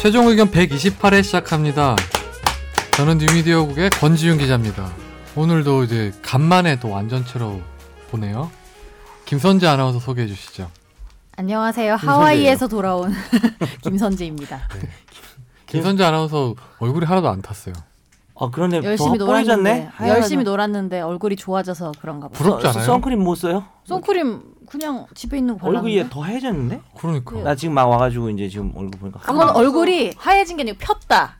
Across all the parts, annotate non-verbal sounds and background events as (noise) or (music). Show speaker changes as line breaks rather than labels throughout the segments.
최종 의견 128회 시작합니다. 저는 뉴미디어국의 권지윤 기자입니다. 오늘도 이제 간만에 또 완전체로 보네요. 김선재 아나운서 소개해 주시죠.
안녕하세요. 하와이에서 돌아온 (laughs) 김선재입니다.
김선재 아나운서 얼굴이 하나도 안 탔어요.
아 그러네.
열심히
(laughs) 더 뽀얘졌네?
놀았는데
하얀
열심히
얼굴.
놀았는데 얼굴이 좋아져서 그런가 봐.
부러- 부럽지
선-
않아요?
선크림 못 써요?
선크림 그냥 집에 있는 거
얼굴이
발랐는데.
더 하얘졌는데?
그러니까.
나 지금 막 와가지고 이제 지금 얼굴 보니까
그건
아,
얼굴이 하얘진 게 아니고 폈다.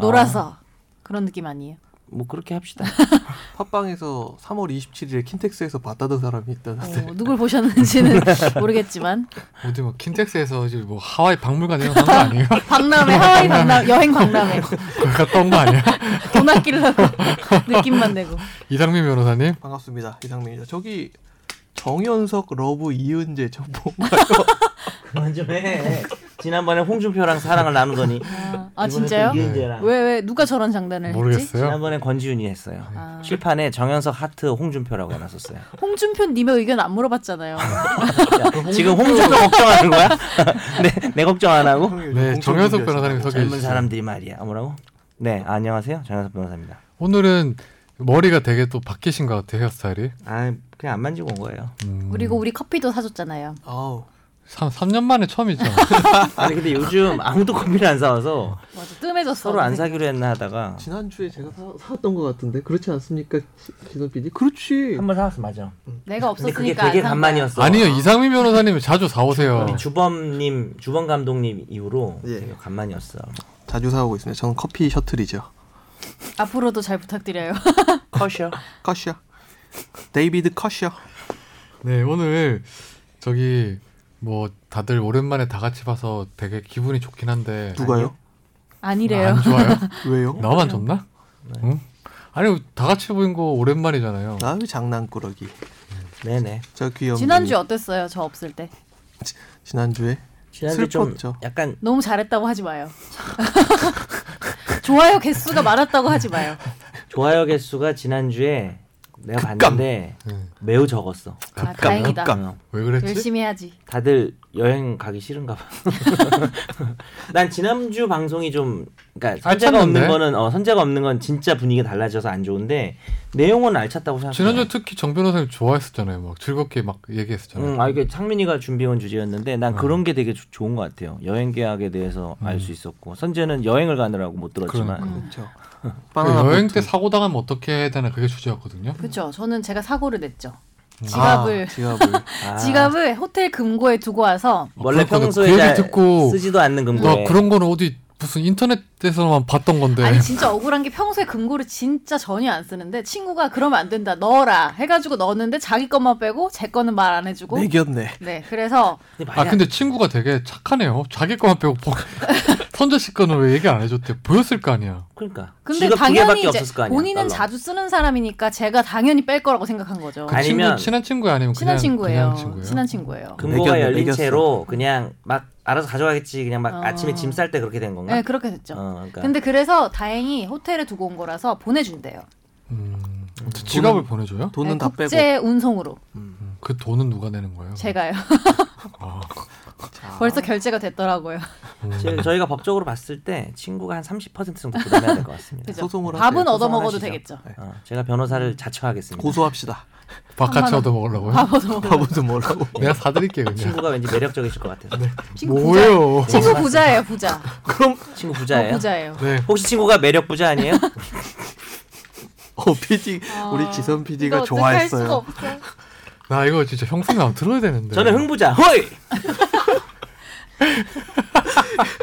놀아서 그런 느낌 아니에요?
뭐 그렇게 합시다.
팟빵에서 3월 27일에 킨텍스에서 봤다던 사람이 있다는데
어, 누굴
(laughs)
보셨는지는 모르겠지만
어디 뭐 킨텍스에서 지금 뭐 하와이 박물관 이런 거한거 아니에요? (laughs)
박람회 하와이 박람 여행 박람회
거기 갔다 온 거 아니야?
돈 아끼려고 (laughs) 느낌만 내고
(laughs) 이상민 변호사님.
반갑습니다 이상민입니다. 저기 정현석 러브 이은재 전봉
(laughs) 그만 좀 해. 지난번에 홍준표랑 사랑을 나누더니
아, 아
이번에 또
진짜요?
이은재랑.
왜 왜 누가 저런 장단을 했지?
모르겠어요. 네,
지난번에 권지윤이 했어요.
아.
실판에 정현석 하트 홍준표라고 해놨었어요.
홍준표 님의 의견 안 물어봤잖아요.
지금 아, 그 홍준표 걱정하는 거야? (laughs) 내, 내 걱정 안 하고?
네, 정현석 변호사님 소개해
젊은
주세요.
사람들이 말이야. 뭐라고? 네, 안녕하세요. 정현석 변호사입니다.
오늘은 머리가 되게 또 바뀌신 것 같아요, 헤어스타일이.
아, 그냥 안 만지고 온 거예요.
그리고 우리 커피도 사줬잖아요.
아우
3, 3년 만에
(laughs)
처음이죠.
아니 근데 요즘 아무도 커피를 안 사와서
맞아 뜸해졌어.
서로 안 사기로 했나 하다가
지난주에 제가 어, 사, 사왔던 것 같은데 그렇지 않습니까 시- 기선 PD? 그렇지
한 번 사왔어 맞아.
내가
근데 그게
없었으니까
되게
안 산 거야.
간만이었어.
아니요, 이상민 변호사님 자주 사오세요.
우리 주범님, 주범 감독님 이후로
예.
되게 간만이었어.
자주 사오고 있습니다. 저는 커피 셔틀이죠.
앞으로도 잘
(laughs)
부탁드려요.
커셔.
커셔 데이비드 커셔
네, 오늘 저기 뭐 다들 오랜만에 다 같이 봐서 되게 기분이 좋긴 한데
누가요?
아니래요. 네.
안
(laughs)
좋아요?
왜요?
나만 좋나? 응? 아니 다 같이 보인 거 오랜만이잖아요.
아유 장난꾸러기
네네.
저 귀염둥이
지난주 어땠어요? 뭐. 저 없을 때
지난주에
지난주 좀
슬펐죠.
약간
너무 잘했다고 하지 마요. (laughs) 좋아요 개수가 많았다고 하지 마요.
좋아요 개수가 지난주에 내가
급감.
봤는데
네.
매우 적었어.
아, 다행이다.
어.
왜 그랬지?
열심히 해야지.
다들 여행 가기 싫은가 봐. (laughs) 난 지난주 방송이 좀 그러니까 선재가
아, 알찼는데?
없는 거는 어, 선재가 없는 건 진짜 분위기가 달라져서 안 좋은데 내용은 알찼다고 생각해.
지난주 특히 정 변호사님 좋아했었잖아요. 막 즐겁게 막 얘기했었잖아요.
음, 아 이게 창민이가 준비해온 주제였는데 난
음.
그런 게 되게 조- 좋은 것 같아요. 여행 계약에 대해서 알 수 있었고 선재는 여행을 가느라고 못 들었지만 음.
그러니까.
그렇죠.
그
아,
바나나
여행
보트.
때 사고 당하면 어떻게 해야 되나 그게 주제였거든요.
그렇죠. 저는 제가 사고를 냈죠. 지갑을
아, 지갑을
아,
지갑을 호텔 금고에 두고 와서
원래
그러니까
평소에
그 얘기
잘
듣고
쓰지도 않는
나
금고에
그런 거는 어디 무슨 인터넷에서만 봤던 건데.
아니 진짜 억울한 게 평소에 금고를 진짜 전혀 안 쓰는데 친구가 그러면 안 된다 넣어라 해가지고 넣었는데 자기 것만 빼고 제 거는 말 안 해주고
내 겹네
네 그래서
근데
아
말이
근데 친구가 되게 착하네요. 자기 거만 빼고
(laughs)
보- 선재 씨 거는 왜 얘기 안 해줬대? 보였을 거 아니야.
안- 그러니까
근데
지갑 두
당연히
개밖에
이제
없었을 거 아니야.
본인은
달러.
자주 쓰는 사람이니까 제가 당연히 뺄 거라고 생각한 거죠.
그
아니면-
친구 친한 친구야 아니면
친한
그냥
친구예요.
그냥 친구예요.
친한 친구예요.
금고가
매겼네,
열린
매겼어.
채로 그냥 막 알아서 가져가겠지 그냥 막
어.
아침에 짐 쌀 때 그렇게 된 건가?
네 그렇게 됐죠.
어, 그러니까
근데 그래서 다행히 호텔에 두고 온 거라서 보내준대요.
음, 지갑을 보내줘요?
돈은
네,
다 빼고
국제 운송으로
음, 그 돈은 누가 내는 거예요?
제가요.
아,
자,
(laughs) 벌써 결제가 됐더라고요.
음.
제- 저희가 법적으로 봤을 때 친구가 한 30% 정도 부담해야 될 것
(laughs)
같습니다.
그죠?
소송을
밥은
하세요.
얻어 먹어도
소송하시죠.
되겠죠.
네.
어, 제가 변호사를 자처하겠습니다.
고소합시다
바깥에
한만 원.
얻어 먹으려고요?
밥 얻어 먹어.
바보도 뭐라고
내가 사드릴게 그냥.
친구가 왠지 매력적이실 것 같아서
네.
친구 부자.
뭐예요?
친구
(laughs)
부자예요 부자.
그럼
친구
어,
부자예요.
부자예요.
네.
혹시 친구가 매력 부자 (laughs) 아니에요?
어 PD
아,
우리 지선 PD가 좋아했어요.
나 이거 진짜 형수님 안 들어야 되는데.
저는 흥부자. (laughs) 호이.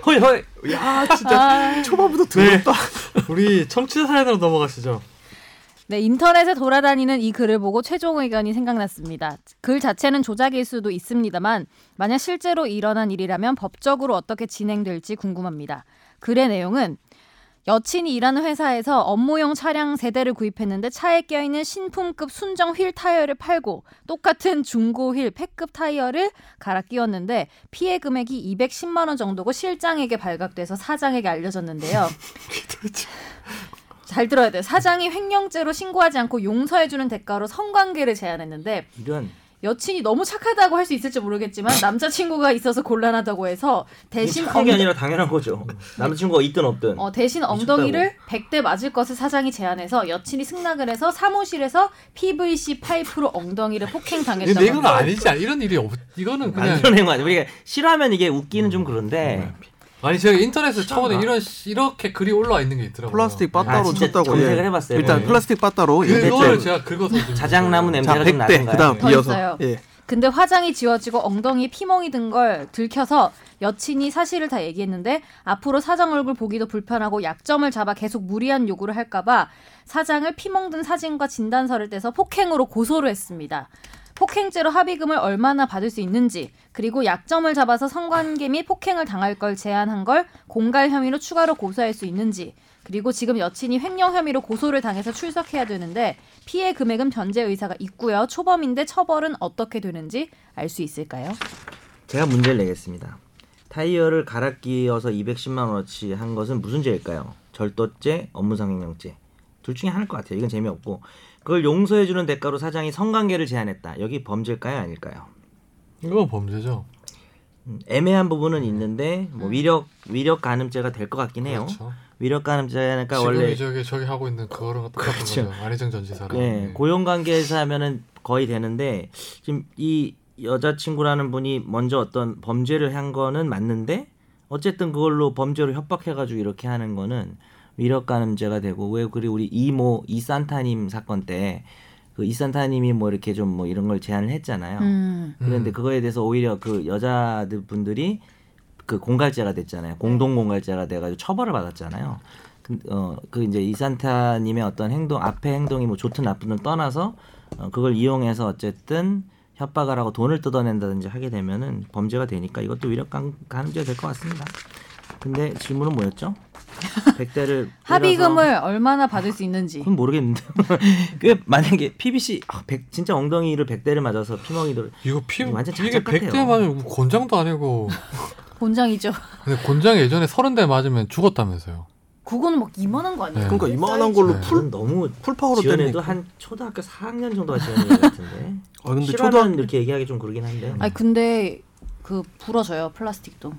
호이 호이.
야 진짜 초반부터 들었다.
우리 청취자 사연으로 넘어가시죠.
네, 인터넷에 돌아다니는 이 글을 보고 최종 의견이 생각났습니다. 글 자체는 조작일 수도 있습니다만 만약 실제로 일어난 일이라면 법적으로 어떻게 진행될지 궁금합니다. 글의 내용은 여친이 일하는 회사에서 업무용 차량 세 대를 구입했는데 차에 껴있는 신품급 순정 휠 타이어를 팔고 똑같은 중고 휠 폐급 타이어를 갈아 끼웠는데 피해 금액이 210만 원 정도고 실장에게 발각돼서 사장에게 알려졌는데요. 잘 들어야 돼요. 사장이 횡령죄로 신고하지 않고 용서해주는 대가로 성관계를 제안했는데
이런
여친이 너무 착하다고 할 수 있을지 모르겠지만 남자친구가 있어서 곤란하다고 해서 대신
뭐 착한 게
엉-
아니라 당연한 거죠. 남자친구가 있든 없든.
어, 대신 엉덩이를 100대 맞을 것을 사장이 제안해서 여친이 승낙을 해서 사무실에서 PVC 파이프로 엉덩이를 폭행당했다고
내 건
합니다.
아니지. 이런 일이 없. 이거는
안
그냥
네.
그런 거 아니야. 우리가 싫어하면 이게 웃기는 좀 그런데.
아니 제가 인터넷에 처음에
희한하다.
이런 시- 이렇게 글이 올라와 있는 게 있더라고요.
플라스틱 빠따로
진짜
쳤다고 예.
검색을 해봤어요.
일단
네.
플라스틱 빠따로 예,
그거를
백대.
제가 긁어서 좀-
자작나무
자
냄새가 좀
100대
나는가요?
그다음
더 있어요.
이어서 예.
근데 화장이 지워지고 엉덩이에 피멍이 든 걸 들켜서 여친이 사실을 다 얘기했는데 앞으로 사장 얼굴 보기도 불편하고 약점을 잡아 계속 무리한 요구를 할까봐 사장을 피멍 든 사진과 진단서를 떼서 폭행으로 고소를 했습니다. 폭행죄로 합의금을 얼마나 받을 수 있는지 그리고 약점을 잡아서 성관계 및 폭행을 당할 걸 제안한 걸 공갈 혐의로 추가로 고소할 수 있는지 그리고 지금 여친이 횡령 혐의로 고소를 당해서 출석해야 되는데 피해 금액은 변제 의사가 있고요. 초범인데 처벌은 어떻게 되는지 알 수 있을까요?
제가 문제를 내겠습니다. 타이어를 갈아 끼어서 210만 원어치 한 것은 무슨 죄일까요? 절도죄, 업무상횡령죄. 둘 중에 하나일 것 같아요. 이건 재미없고. 그걸 용서해 주는 대가로 사장이 성관계를 제한했다. 여기 범죄일까요, 아닐까요?
이건 범죄죠.
음, 애매한 부분은 있는데 뭐 위력 위력 가늠죄가 될 것 같긴 해요.
음. 그렇죠.
위력 가늠죄니까 그러니까
지금
원래
이 저기 저기 하고 있는 그거랑 똑같은
그렇죠.
거죠. 안혜정 전 지사랑.
예,
네.
고용 관계에서 하면은 거의 되는데 지금 이 여자친구라는 분이 먼저 어떤 범죄를 한 거는 맞는데 어쨌든 그걸로 범죄로 협박해가지고 이렇게 하는 거는 위력 가늠죄가 되고 왜 그리 우리 이모 이산타님 사건 때 그 이산타님이 뭐 이렇게 좀 뭐 이런 걸 제안을 했잖아요.
음.
그런데
음.
그거에 대해서 오히려 그 여자들 분들이 그 공갈죄가 됐잖아요. 공동 공갈죄가 돼가지고 처벌을 받았잖아요. 그, 어, 그 이제 이산타님의 어떤 행동 앞에 행동이 뭐 좋든 나쁘든 떠나서 어, 그걸 이용해서 어쨌든 협박을 하고 돈을 뜯어낸다든지 하게 되면은 범죄가 되니까 이것도 위력 강- 가늠죄가 될 것 같습니다. 근데 질문은
(laughs)
뭐였죠? 백대를
합의금을 얼마나 받을 수 있는지.
그건 모르겠는데 (laughs) 그 만약에 PBC 아, 백- 진짜 엉덩이를 백대를 맞아서 피멍이 돌
이거 피
완전
이게
작작
100대
같아요.
맞으면 권장도 아니고
본장이죠. (laughs)
근데 권장 예전에 30대 맞으면 죽었다면서요.
그거는 막 이만한 거 아니에요?
네.
그러니까 이만한 걸로
네.
풀
풀 너무
풀파워로
지원해도
때리니까.
한 초등학교 4학년 정도가 지원인
(laughs)
것 같은데.
아 근데
싫어하면
초등학교
이렇게 얘기하기 좀 그러긴 한데.
네.
아니 근데 그 부러져요 플라스틱도.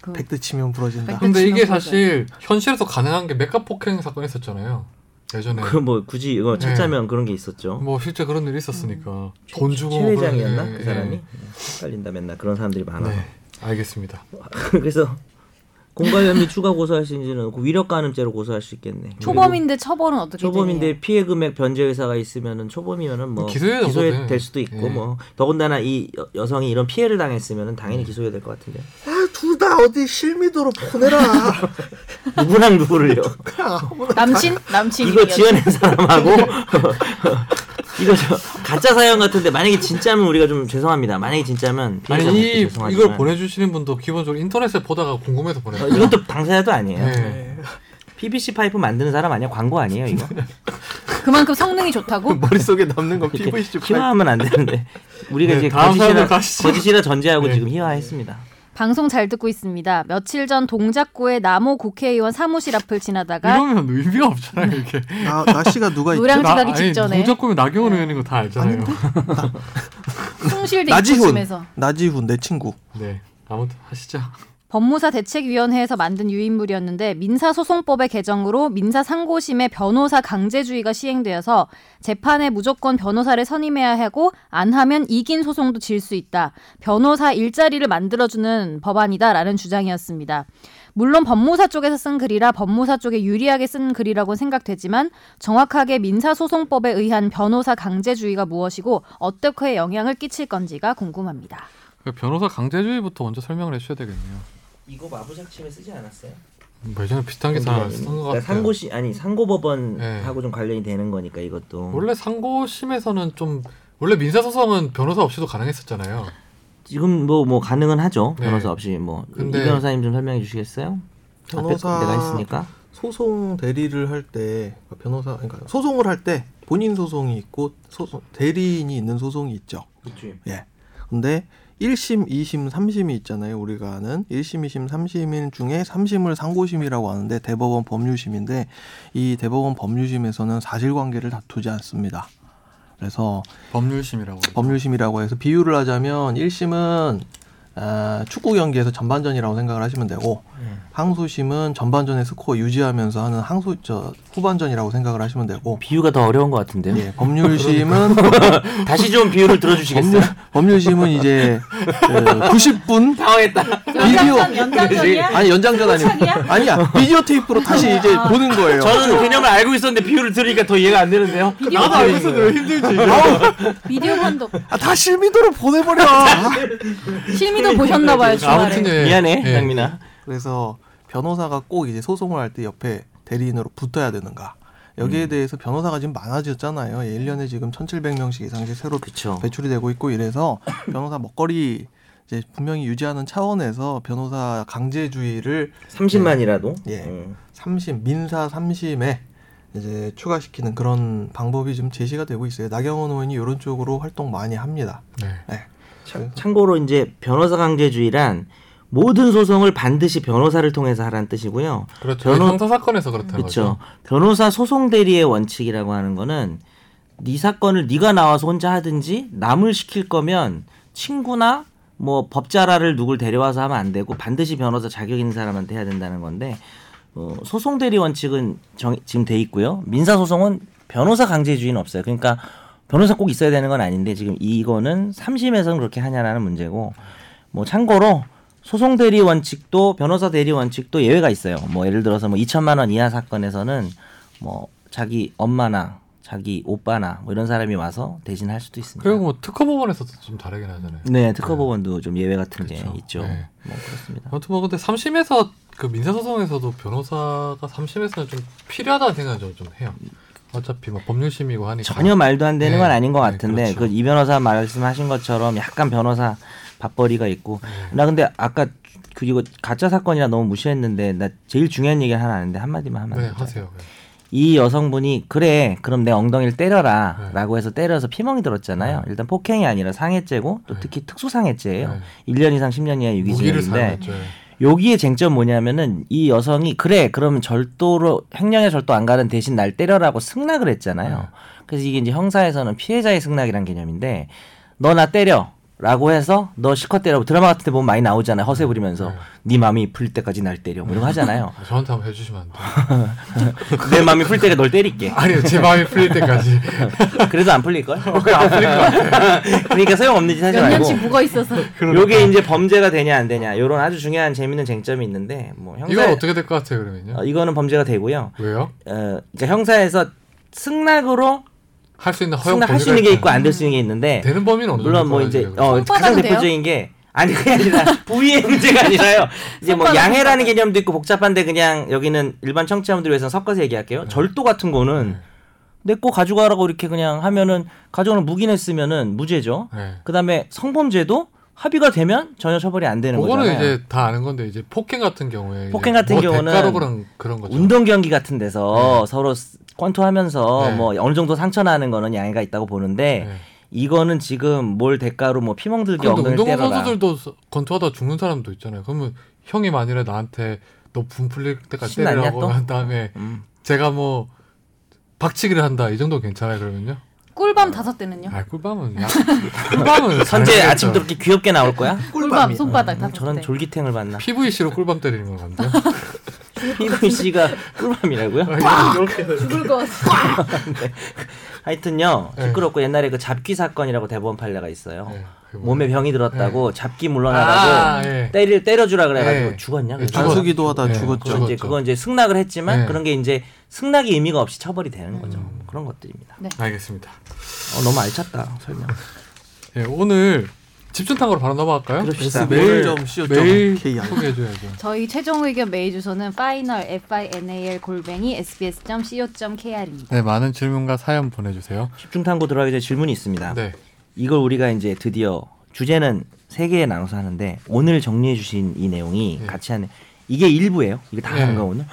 그
100대 치면 부러진다.
백-
근데 이게
지금
사실 현실에서 가능한 게 메카 폭행 사건 있었잖아요. 예전에
그 뭐 굳이 이거
네.
찾자면 그런 게 있었죠.
뭐 실제 그런 일이 있었으니까 돈 주고
음. 최 회장이었나
그러는-
그
예,
사람이
예.
헷갈린다 맨날 그런 사람들이 많아.
네, 알겠습니다.
(laughs) 그래서 공갈혐의 추가 고소할 수 있는지는 그 위력 가늠죄로 고소할 수 있겠네.
초범인데 처벌은 어떻게
그리고 초범인데
되냐?
피해 금액 변제 의사가 있으면은 초범이면은 뭐
기소해야
기소해
되거든.
될 수도 있고
예.
뭐 더군다나 이 여, 여성이 이런 피해를 당했으면은
네.
당연히 기소해야 될 것 같은데
둘 다 어디 실미도로 보내라.
누구랑 누구를요?
(laughs)
남친 남친
아, 이거 지어낸 사람하고 (laughs) 이거 저 가짜 사연 같은데 만약에 진짜면 우리가 좀 죄송합니다. 만약에 진짜면
아니
피해자분께
이
예, 죄송하지만
이걸 보내주시는 분도 기본적으로 인터넷에 보다가 궁금해서
어,
보내요.
이것도 당사자도 아니에요. 예.
네.
PVC 파이프 만드는 사람 아니야? 광고 아니에요
(laughs)
이거?
그만큼 성능이
(laughs)
좋다고?
뭐.
(laughs) 머릿속에 남는 건
이렇게
PVC 파일.
희화하면 안 되는데 우리가
네,
이제
다음 사연으로
거짓이라
가시죠.
거짓이라 전제하고
네.
지금 희화했습니다.
방송 잘 듣고 있습니다. 며칠 전 동작구의 남호 국회의원 사무실 앞을
그러니까
지나다가
이러면 의미가 없잖아요 이게.
나 나씨가 누가 있지?
노량-
나-
가기
아니,
직전에.
무조건 나경원
네.
의원인 거 다 알잖아요.
숭실대
나지훈.
입구쯤에서
나지훈 내 친구.
네. 아무튼 하시죠.
법무사 대책위원회에서 만든 유인물이었는데 민사소송법의 개정으로 민사상고심의 변호사 강제주의가 시행되어서 재판에 무조건 변호사를 선임해야 하고 안 하면 이긴 소송도 질 수 있다. 변호사 일자리를 만들어주는 법안이다라는 주장이었습니다. 물론 법무사 쪽에서 쓴 글이라 법무사 쪽에 유리하게 쓴 글이라고 생각되지만 정확하게 민사소송법에 의한 변호사 강제주의가 무엇이고 어떻게 영향을 끼칠
(laughs)
건지가 궁금합니다.
그러니까 변호사 강제주의부터 먼저 설명을 해주셔야 되겠네요.
이거 마부작침에 쓰지 않았어요?
뭐 예전에 비슷한 게 다 쓴 것
그러니까
같아요.
상고시 아니
네.
상고법원하고 좀 관련이 되는 거니까 이것도
음. 원래 상고심에서는 좀 원래 민사소송은 변호사 없이도 가능했었잖아요.
지금 뭐 뭐 가능은 하죠
네.
변호사 없이 뭐이
근데-
변호사님 좀 설명해 주시겠어요?
변호사-
앞에 내가 있으니까
소송 대리를 할 때 변호사 그러니까 소송을 할 때 본인 소송이 있고 소송 대리인이 있는 소송이 있죠.
그치.
예. 근데 1심, 2심, 3심이 있잖아요. 우리가 아는 1심, 2심, 3심 중에 3심을 상고심이라고 하는데 대법원 법률심인데 이 대법원 법률심에서는 사실관계를 다투지 않습니다. 그래서
법률심이라고. 그러죠.
법률심이라고 해서 비유를 하자면 1심은 아, 축구 경기에서 전반전이라고 생각을 하시면 되고
예.
항소심은 전반전의 스코어 유지하면서 하는 항소 저 후반전이라고 생각을 하시면 되고
비유가 더 어려운 것 같은데요.
예,
(laughs)
법률심은
그러니까. 다시 좀 비유를 들어주시겠어요?
법률, 심은 이제 그 90분
당황했다.
비디오
연장전 연장전이야?
아니 연장전 아니고
연장전이야?
아니야 비디오 테이프로 다시 이제
아.
보는 거예요.
저는 개념을 알고 있었는데 비유를 들으니까 더 이해가 안 되는데요.
비디오
힘들지.
비디오 판독
아, 다 실미도로 보내버려.
(laughs)
아.
실미도 보셨나 봐요 주말에.
아무튼 예.
미안해,
예.
양민아.
그래서 변호사가 꼭 이제 소송을 할 때 옆에 대리인으로 붙어야 되는가.
음.
여기에 대해서 변호사가 지금 많아졌잖아요. 예, 1년에 지금 1,700명씩 이상씩 새로
그쵸.
배출이 되고 있고
(coughs)
이래서 변호사 먹거리 이제 분명히 유지하는 차원에서 변호사 강제주의를
30만이라도. 음.
예. 삼심 민사 삼심에 이제 추가시키는 그런 방법이 지금 제시가 되고 있어요. 나경원 의원이 이런 쪽으로 활동 많이 합니다.
네.
네.
참고로 이제 변호사 강제주의란 모든 소송을 반드시 변호사를 통해서 하라는 뜻이고요.
그렇죠.
변호-
형사 사건에서 그렇다는
그렇죠.
거죠.
변호사 소송 대리의 원칙이라고 하는 거는 네 사건을 네가 나와서 혼자 하든지 남을 시킬 거면 친구나 뭐 법자라를 누굴 데려와서 하면 안 되고 반드시 변호사 자격 있는 사람한테 해야 된다는 건데 어, 소송 대리 원칙은 정- 지금 돼 있고요. 민사 소송은 변호사 강제주의는 없어요. 그러니까 변호사 꼭 있어야 되는 건 아닌데 지금 이거는 삼심에서는 그렇게 하냐라는 문제고 뭐 참고로 소송 대리 원칙도 변호사 대리 원칙도 예외가 있어요. 뭐 예를 들어서 뭐 2천만 원 이하 사건에서는 뭐 자기 엄마나 자기 오빠나 뭐 이런 사람이 와서 대신 할 수도 있습니다.
그리고 뭐 특허법원에서도 좀 다르긴 하잖아요.
네 특허법원도 좀 예외 같은 게
그렇죠.
있죠.
네.
뭐 그렇습니다.
아무튼 뭐 근데 삼심에서 그 민사소송에서도 변호사가 삼심에서는 좀 필요하다는 생각을 저는 좀 해요. 어차피 뭐 법률심이고 하니까
전혀 말도 안 되는
네.
건 아닌 것
네,
같은데
그렇죠.
그 이 변호사 말씀하신 것처럼 약간 변호사 밥벌이가 있고
네.
나 근데 아까 그리고 가짜 사건이라 너무 무시했는데 나 제일 중요한 얘기 하나 하는데 한마디만 하면 안
네
될까요?
하세요.
이 여성분이 그래 그럼 내 엉덩이를 때려라
네.
라고 해서 때려서 피멍이 들었잖아요 일단 폭행이 아니라 상해죄고 또
네.
특히 특수상해죄예요
네.
일 1년 이상 10년 이하
무기를
유기징역인데
사용했죠. 네.
여기에 쟁점 뭐냐면은 이 여성이 그래 그러면 절도로 횡령에 절도 안 가는 대신 날 때려라고 승낙을 했잖아요
네.
그래서 이게 이제 형사에서는 피해자의 승낙이란 개념인데 너 나 때려 라고 해서 너 실컷 때려 드라마 같은 데 보면 많이 나오잖아요 허세 부리면서
네.
네 마음이 풀릴 때까지 날 때려 뭐 이런 거 하잖아요
(laughs) 저한테 한번 해주시면 안 돼요.
내 마음이 풀릴 때가 널 때릴게
아니요 제 (laughs) 마음이 풀릴 때까지.
그래도 안 풀릴 걸?
어,
(laughs) 그러니까 소용 없는지 사실
몇
알고.
년씩 묵어 있어서.
그러니까.
요게 이제 범죄가 되냐 안 되냐 요런 아주 중요한 재밌는 쟁점이 있는데 뭐 형사
이건 어떻게 될 것 같아요 그러면요?
이거는 범죄가 되고요.
왜요?
어, 그러니까 형사에서 승낙으로
할 수 있는 허용
승낙할 수
범위가
있는 게 있고
있잖아요.
안 될 수 있는 게 있는데
되는 범위는 어느
물론 뭐 이제
정도까지예요, 그렇죠?
어
그래서?
가장
손바닥 돼요?
대표적인 게 아니 그게 아니라 (laughs) 부위의 문제가 아니라요. 이제 뭐
손바닥,
양해라는 개념도 있고 복잡한데 그냥 여기는 일반 청취자분들 위해서 섞어서 얘기할게요.
네.
절도 같은 거는 내 거 가져가라고 이렇게 그냥 하면은 가져오는 무기는 쓰면은 무죄죠.
네.
그다음에 성범죄도 합의가 되면 전혀 처벌이 안 되는
그거는
거잖아요.
이제 다 아는 건데 이제 폭행 같은 경우에 이제
폭행 같은
뭐
경우는
대가로 그런 그런 거죠.
운동 경기 같은 데서 서로 스- 권투하면서
네.
뭐 어느 정도 상처 나는 거는 양해가 있다고 보는데
네.
이거는 지금 뭘 대가로 뭐 피멍들게
그런데
엉덩이
운동
때려라.
선수들도 서- 권투하다 죽는 사람도 있잖아요. 그러면 형이 만일에 나한테 너 분 풀릴 때까지
신났냐,
때리라고
또?
한 다음에
음.
제가 뭐 박치기를 한다 이 정도 괜찮아요 그러면요?
꿀밤 다섯 대는요?
아 꿀밤은 야, 꿀밤은
(laughs) 선제
잘하겠죠.
아침도 이렇게 귀엽게 나올 거야?
꿀밤 손바닥 다섯
음, 저런
대.
졸기탱을 봤나?
PVC로 꿀밤 때리는 건 안 돼요?
피부 씨가
어.
꿀밤이라고요?
아,
죽을 것 같아.
하여튼요
네.
시끄럽고 옛날에 그 잡기 사건이라고 대법원 판례가 있어요.
네, 그게 뭐예요?
몸에 병이 들었다고 잡기 물러나라고 네.
아, 예.
때릴 때려주라 그래가지고
예.
죽었냐?
예,
그래서
죽었-
단수기도 하다
예,
죽었죠.
그렇죠.
그렇죠. 네, 그건 이제 그건 이제 승낙을 했지만
예.
그런 게 이제 승낙이 의미가 없이 처벌이 되는 거죠.
음.
그런 것들입니다.
알겠습니다.
어, 너무 알찼다
(laughs)
설명.
예, 오늘 집중탄으로 바로 넘어갈까요?
그럽시다.
메일 점 co 점
메일
ki.
소개해줘야죠.
저희 최종 의견 메일 주소는 final f i n a l 골뱅이 s b s c o k r입니다.
네, 많은 질문과 사연 보내주세요.
집중탐구 들어가기 전에 질문이 있습니다.
네,
이걸 우리가 이제 드디어 주제는 세 개에 나눠서 하는데 오늘 정리해 주신 이 내용이
네.
같이 하는 이게 일부예요. 이게 다
네.
한가 오늘? (gasps)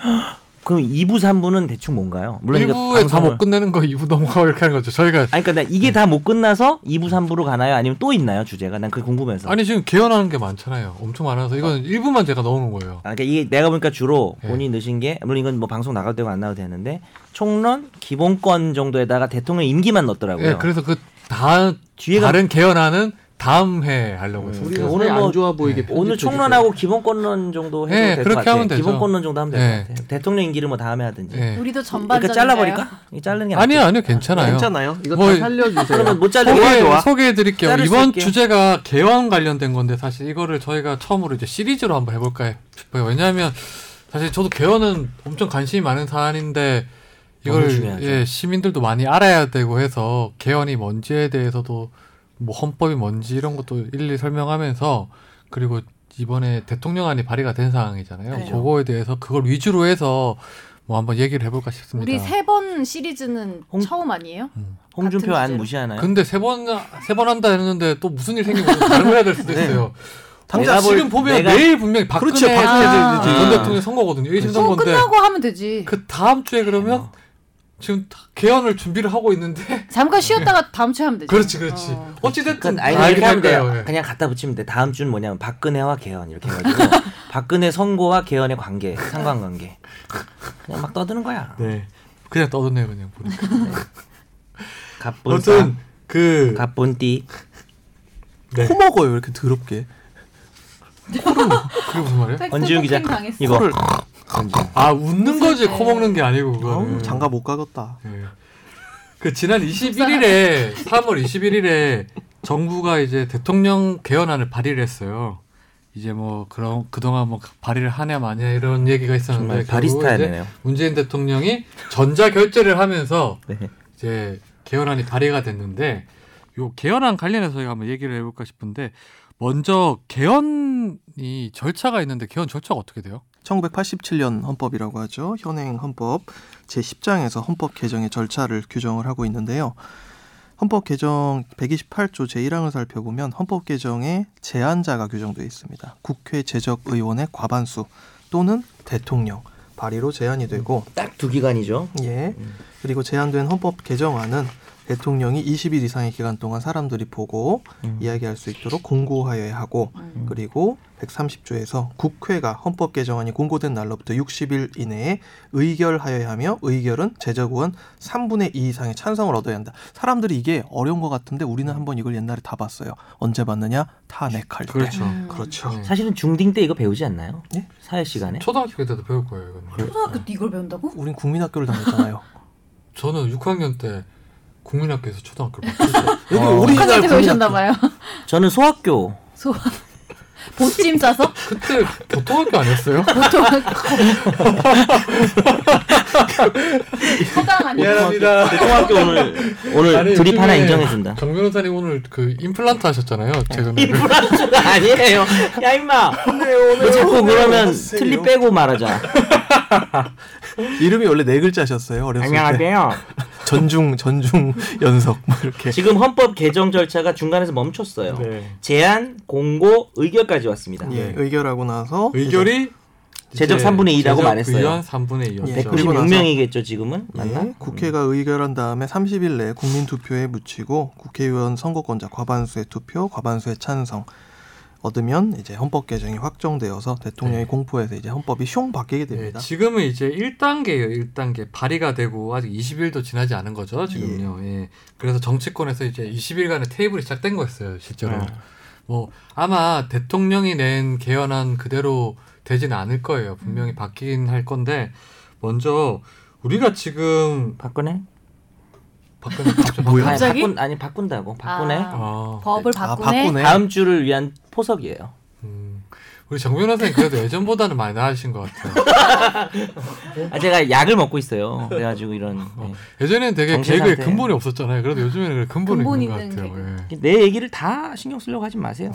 그럼 2부 3부는 대충 뭔가요? 물론 이거
1부에 다
방송을-
못 끝내는 거 2부 넘어가고 이렇게 하는 거죠. 저희가
아니 그러니까 나 이게 다 못 끝나서 2부 3부로 가나요? 아니면 또 있나요 주제가? 난 그게 궁금해서.
아니 지금 개헌하는 게 많잖아요. 엄청 많아서 이건 일 1부만 제가 넣어놓은 거예요.
아, 그러니까 이게 내가 보니까 주로
예.
본인이 넣으신 게 물론 이건 뭐 방송 나갈 때고 안 나가도 되는데 총론 기본권 정도에다가 대통령 임기만 넣었더라고요.
예, 그래서 그 다
뒤에가-
다른 개헌하는 다음 해 하려고 했어요.
우리는
그래서-
오늘
안
안 좋아 보이게
오늘 총론하고 기본권론 정도 해도
예,
될 것
그렇게
같아요.
하면 되죠.
기본권론 정도 하면 될 것
예.
같아요. 대통령 임기를 뭐 다음에 하든지.
예.
우리도 전반전
그러니까 잘라버릴까? 이 자르는 게
아니요
낫겠다.
아니요 괜찮아요.
괜찮아요. 이거
뭐,
다
(laughs)
살려주세요.
그러면 못 잘리고
소개, 소개해드릴게요.
자를 수
이번
있게.
주제가 개헌 관련된 건데 사실 이거를 저희가 처음으로 이제 시리즈로 한번 해볼까 싶어요. 왜냐하면 사실 저도 개헌은 엄청 관심이 많은 사안인데
너무
이걸
중요하죠.
예, 시민들도 많이 알아야 되고 해서 개헌이 뭔지에 대해서도 뭐 헌법이 뭔지 이런 것도 일일이 설명하면서 그리고 이번에 대통령안이 발의가 된 상황이잖아요.
네.
그거에 대해서 그걸 위주로 해서 뭐 한번 얘기를 해볼까 싶습니다.
우리 세 번 시리즈는
홍-
처음 아니에요?
홍준표
같은
안
주제로.
무시하나요?
근데 세 번 세 번 한다 했는데 또 무슨 일 생기면 다른 걸 해야 될 수도 있어요. 당장
내가 볼-
지금 보면
내가-
내일 분명히 박근혜
그렇죠, 박근혜
아,
되지.
전 대통령 선거거든요. 일심
또
선거인데
끝나고 하면 되지.
그 다음 주에 그러면 지금 다- 개헌을 준비를 하고 있는데
잠깐 쉬었다가 다음 주에 하면 되지.
(laughs) 그렇지 그렇지
네. 어.
어. 찌됐든
그러니까 아니 이렇게 하면 돼요.
예.
그냥 갖다 붙이면 돼. 다음 주는 뭐냐면 박근혜와 개헌 이렇게 해가지고 박근혜 선거와 개헌의 관계, 상관관계. 그냥 막 떠드는 거야.
네 그냥 떠드네요 그냥 보니까.
갑분싸,
아무튼 그
갑분띠.
네.
코 먹어요 이렇게 더럽게.
그게 무슨 말이에요?
권지윤 기자
당했어.
이거
코를 던지.
그러니까.
아 웃는 거지 코 먹는 게 아니고 그거는
아우, 장가 못 가겠다.
예. 그 지난 21일에 3월 21일에 정부가 이제 대통령 개헌안을 발의를 했어요. 이제 뭐 그런 그동안 뭐 발의를 하냐 마냐 이런 얘기가 있었는데
정말
결국은
바리스타야
이제
되네요.
문재인 대통령이 전자 결제를 하면서
네.
이제 개헌안이 발의가 됐는데 요 개헌안 관련해서 저희가 한번 얘기를 해볼까 싶은데 먼저 개헌이 절차가 있는데 개헌 절차가 어떻게 돼요?
1987년 헌법이라고 하죠. 현행 헌법 제10장에서 헌법 개정의 절차를 규정을 하고 있는데요. 헌법 개정 128조 제1항을 살펴보면 헌법 개정의 제한자가 규정되어 있습니다. 국회 제적 의원의 과반수 또는 대통령 발의로 제한이 되고
딱 두 기간이죠.
예. 그리고 제한된 헌법 개정안은 대통령이 20일 이상의 기간 동안 사람들이 보고 이야기할 수 있도록 공고하여야 하고
음.
그리고 130조에서 국회가 헌법 개정안이 공고된 날로부터 60일 이내에 의결하여야 하며 의결은 제적의원 3분의 2 이상의 찬성을 얻어야 한다. 사람들이 이게 어려운 것 같은데 우리는 한번 이걸 옛날에 다 봤어요. 언제 봤느냐? 탄핵할 때.
음.
그렇죠.
네.
사실은 중딩 때 이거 배우지 않나요?
예?
사회 시간에.
초등학교 때도 배울 거예요. 이거는.
그렇죠.
초등학교 때 이걸 배운다고?
우린 국민학교를 다녔잖아요. (laughs)
저는 6학년 때 국민학교에서 초등학교를 바꿨어요.
여기
어.
오리지널
북한한테 배우셨나
국민학교.
봐요. (laughs)
저는 소학교.
소화. 보찜 싸서?
(laughs) 그때 보통학교 아니었어요?
보통 허당 아니야?
네, 소학교 오늘 오늘
아니,
드립
요즘에
하나 인정해 준다.
정 변호사님 오늘 그 네. 임플란트 하셨잖아요. 최근에.
이브라스가 아니에요. 야 임마. 너 자꾸 그러면 틀리 빼고 말하자.
이름이 원래 네 글자셨어요. 어렸을 때. 전중 (laughs) 전중 연석 뭐 이렇게.
지금 헌법 개정 절차가 중간에서 멈췄어요. 제안, 공고, 의결까지 왔습니다.
네. 예, 의결하고 나서
의결이
제적
이제
3분의 2라고
제적
말했어요.
의원 네, 3분의 2였죠.
예, 그리고
196명이겠죠 지금은
이제,
맞나?
예, 국회가 의결한 다음에 30일 내에 국민 투표에 묻히고 국회의원 선거권자 과반수의 투표, 과반수의 찬성 얻으면 이제 헌법 개정이 확정되어서 대통령이 공포해서 이제 헌법이 슝 바뀌게
예,
됩니다.
지금은 이제 1단계예요. 1단계 발의가 되고 아직 20일도 지나지 않은
네.
거죠. 지금요. 예. 그래서 정치권에서 이제 20일간의 테이블이 시작된 거였어요. 실제로.
네.
뭐 아마 대통령이 낸 개헌안 그대로 되진 않을 거예요.
음.
분명히 바뀌긴 할 건데 먼저 우리가 지금
박근혜?
박근혜 갑자기
뭐야?
아니,
갑자기?
바꾼, 아니 바꾼다고 박근혜.
아.
아,
법을
아,
바꾸네.
바꾸네.
다음 주를 위한 포석이에요.
음. 우리 정 변호사님 그래도 예전보다는 많이 나아지신 것 같아요.
네.
아, 제가 약을 먹고 있어요. 그래가지고
(laughs)
이런 예.
예전에는 되게
정신
개그에
상태.
근본이 없었잖아요. 그래도 요즘에는 그래 근본이
근본
있는 것
있는
같아요. 예.
네. 내 얘기를 다 신경 쓰려고 하지 마세요.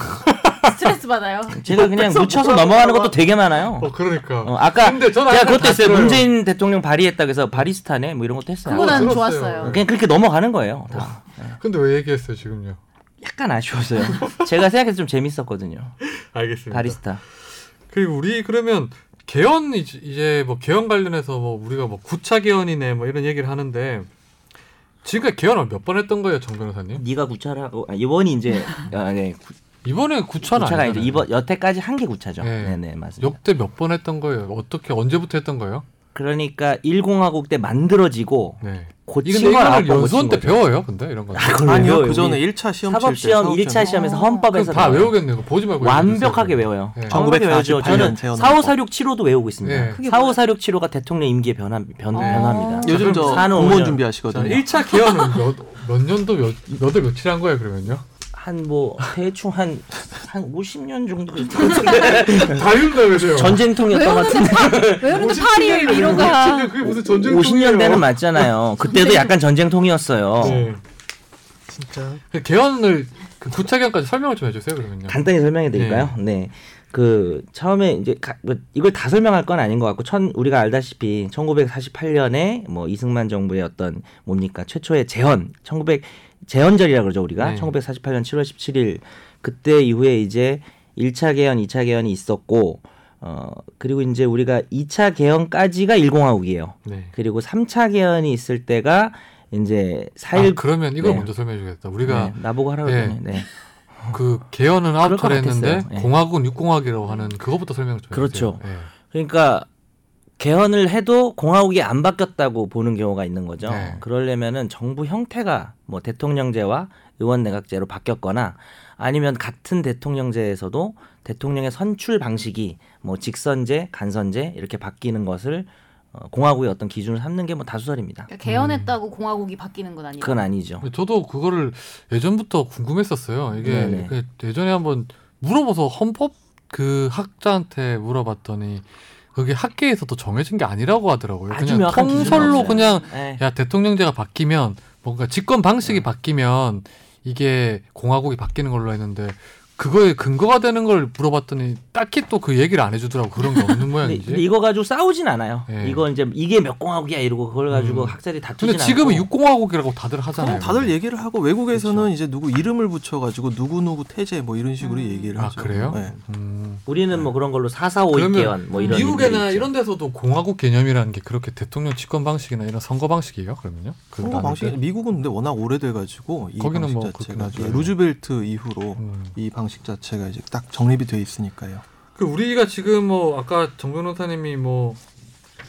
스트레스 받아요.
뭐
제가 그냥 묻혀서 넘어가는 것도 되게 많아요.
어 그러니까.
어, 아까
근데 저는
제가
아까
그것도
다
했어요.
들어요.
문재인 대통령 발의했다 그래서 바리스타네 뭐 이런 것도 했어요.
그거 난
들었어요.
좋았어요.
그냥 그렇게 넘어가는 거예요. 다.
근데 왜 얘기했어요 지금요?
약간 아쉬웠어요. (laughs)
그러니까.
제가 생각해서 좀 재밌었거든요.
알겠습니다.
바리스타.
그리고 우리 그러면 개헌 이제- 이제 뭐 개헌 관련해서 뭐 우리가 뭐 구차 개헌이네 뭐 이런 얘기를 하는데 지금까지 개헌을 몇 번 했던 거예요, 정 변호사님?
네가 구차라고 아, 이번이 이제 아, 네. 구-
이번에 구차는
구차가 이제
아니잖아요.
이번 여태까지 한 게 구차죠.
네.
네, 네, 맞습니다.
역대 몇 번 했던 거예요? 어떻게 언제부터 했던 거예요?
그러니까 일공화국 때 만들어지고
네.
고친
이건
걸
이거를
아까
연수원
고친
때
거죠.
배워요, 근데 이런 거.
그걸
아니요
외워요.
그 전에
우리
1차 시험 아.
사법
칠 때,
시험 1차 시험에서 헌법에서
다
나와요.
외우겠네요. 그거 보지 말고
완벽하게
읽어주세요.
외워요.
뭐 네.
정확하게 외우죠.
1948년
저는
태어난
4546 7호도 외우고 있습니다.
네.
그게
4546 7호가 대통령 임기의 변함, 변,
아.
변화입니다.
요즘 저
사는
공무원
오년.
자,
준비하시거든요.
1차 개헌은 몇, 몇 년도 몇, 몇월 며칠 한 거예요, 그러면요?
한뭐 대충 한한 50년 정도 됐는데
다윤다 그러세요.
전쟁통이었던 것 같은데
외우는데 8일 위로 가.
그게 무슨 전쟁
50년대는 맞잖아요. 그때도 약간 전쟁통이었어요.
네.
진짜
개헌을 그 구차 개헌까지 설명을 좀 해주세요, 그러면요.
간단히 설명해 드릴까요? 네. 그 처음에 이제 가- 뭐 이걸 다 설명할 건 아닌 것 같고 천 우리가 알다시피 1948년에 뭐 이승만 정부의 어떤 뭡니까 최초의 재헌 1900 재헌절이라 그러죠 우리가
네.
1948년 7월 17일 그때 이후에 이제 1차 개헌, 2차 개헌이 있었고 어 그리고 이제 우리가 2차 개헌까지가 일공화국이에요.
네.
그리고 3차 개헌이 있을 때가 이제
아,
4일
그러면 이걸
네.
먼저 설명해주겠다. 우리가
네, 나보고 하라고
네.
했더니 네.
그 개헌은 아홉
그럴 것
차례 했는데
같았어요. 예.
공화국은 육공화국이라고 하는 그거부터 설명을 좀
그렇죠.
해주세요. 네.
그러니까 개헌을 해도 공화국이 안 바뀌었다고 보는 경우가 있는 거죠.
네.
그러려면은 정부 형태가 뭐 대통령제와 의원내각제로 바뀌었거나 아니면 같은 대통령제에서도 대통령의 선출 방식이 뭐 직선제, 간선제 이렇게 바뀌는 것을 어, 공화국의 어떤 기준을 삼는 게 뭐 다수설입니다.
그러니까 개헌했다고 공화국이 바뀌는 건 아니에요.
음. 그건 아니죠.
예. 저도 그거를 예전부터 궁금했었어요. 이게
네네.
그 예전에 한번 물어봐서 헌법 그 학자한테 물어봤더니 그게 학계에서도 정해진 게 아니라고 하더라고요.
아주
그냥
명확한 기준은
통설로
없어요.
그냥
네.
야 대통령제가 바뀌면 뭔가 집권 방식이 바뀌면 이게 공화국이 바뀌는 걸로 했는데 그거에 근거가 되는 걸 물어봤더니 딱히 또 그 얘기를 안 해주더라고 그런 게 없는
근데, 근데
모양이지.
이거 가지고 싸우진 않아요.
네.
이거 이제 이게 몇 공화국이야 이러고 그걸 가지고
음.
학자들이 다투진
근데 지금은
않고.
육공화국이라고 다들 하잖아요.
그냥 다들 얘기를 하고 외국에서는 이제 누구 이름을 붙여가지고 누구 누구 태제 뭐 이런 식으로 얘기를
아,
하죠.
그래요?
네.
음.
우리는 뭐 그런 걸로 445
그러면
개헌 뭐 이런
미국에나
일들이 있죠.
이런 데서도 공화국 개념이라는 게 그렇게 대통령 집권 방식이나 이런 선거 방식이에요? 그러면요? 그
선거
나눌
방식
때?
미국은 근데 워낙 오래돼가지고 이
거기는
방식
뭐 그렇긴
자체가
하죠.
예, 루즈벨트 이후로
음.
이 방식 자체가 이제 딱 정립이 돼 있으니까요.
그 우리가 지금 뭐 아까 정 변호사님이 뭐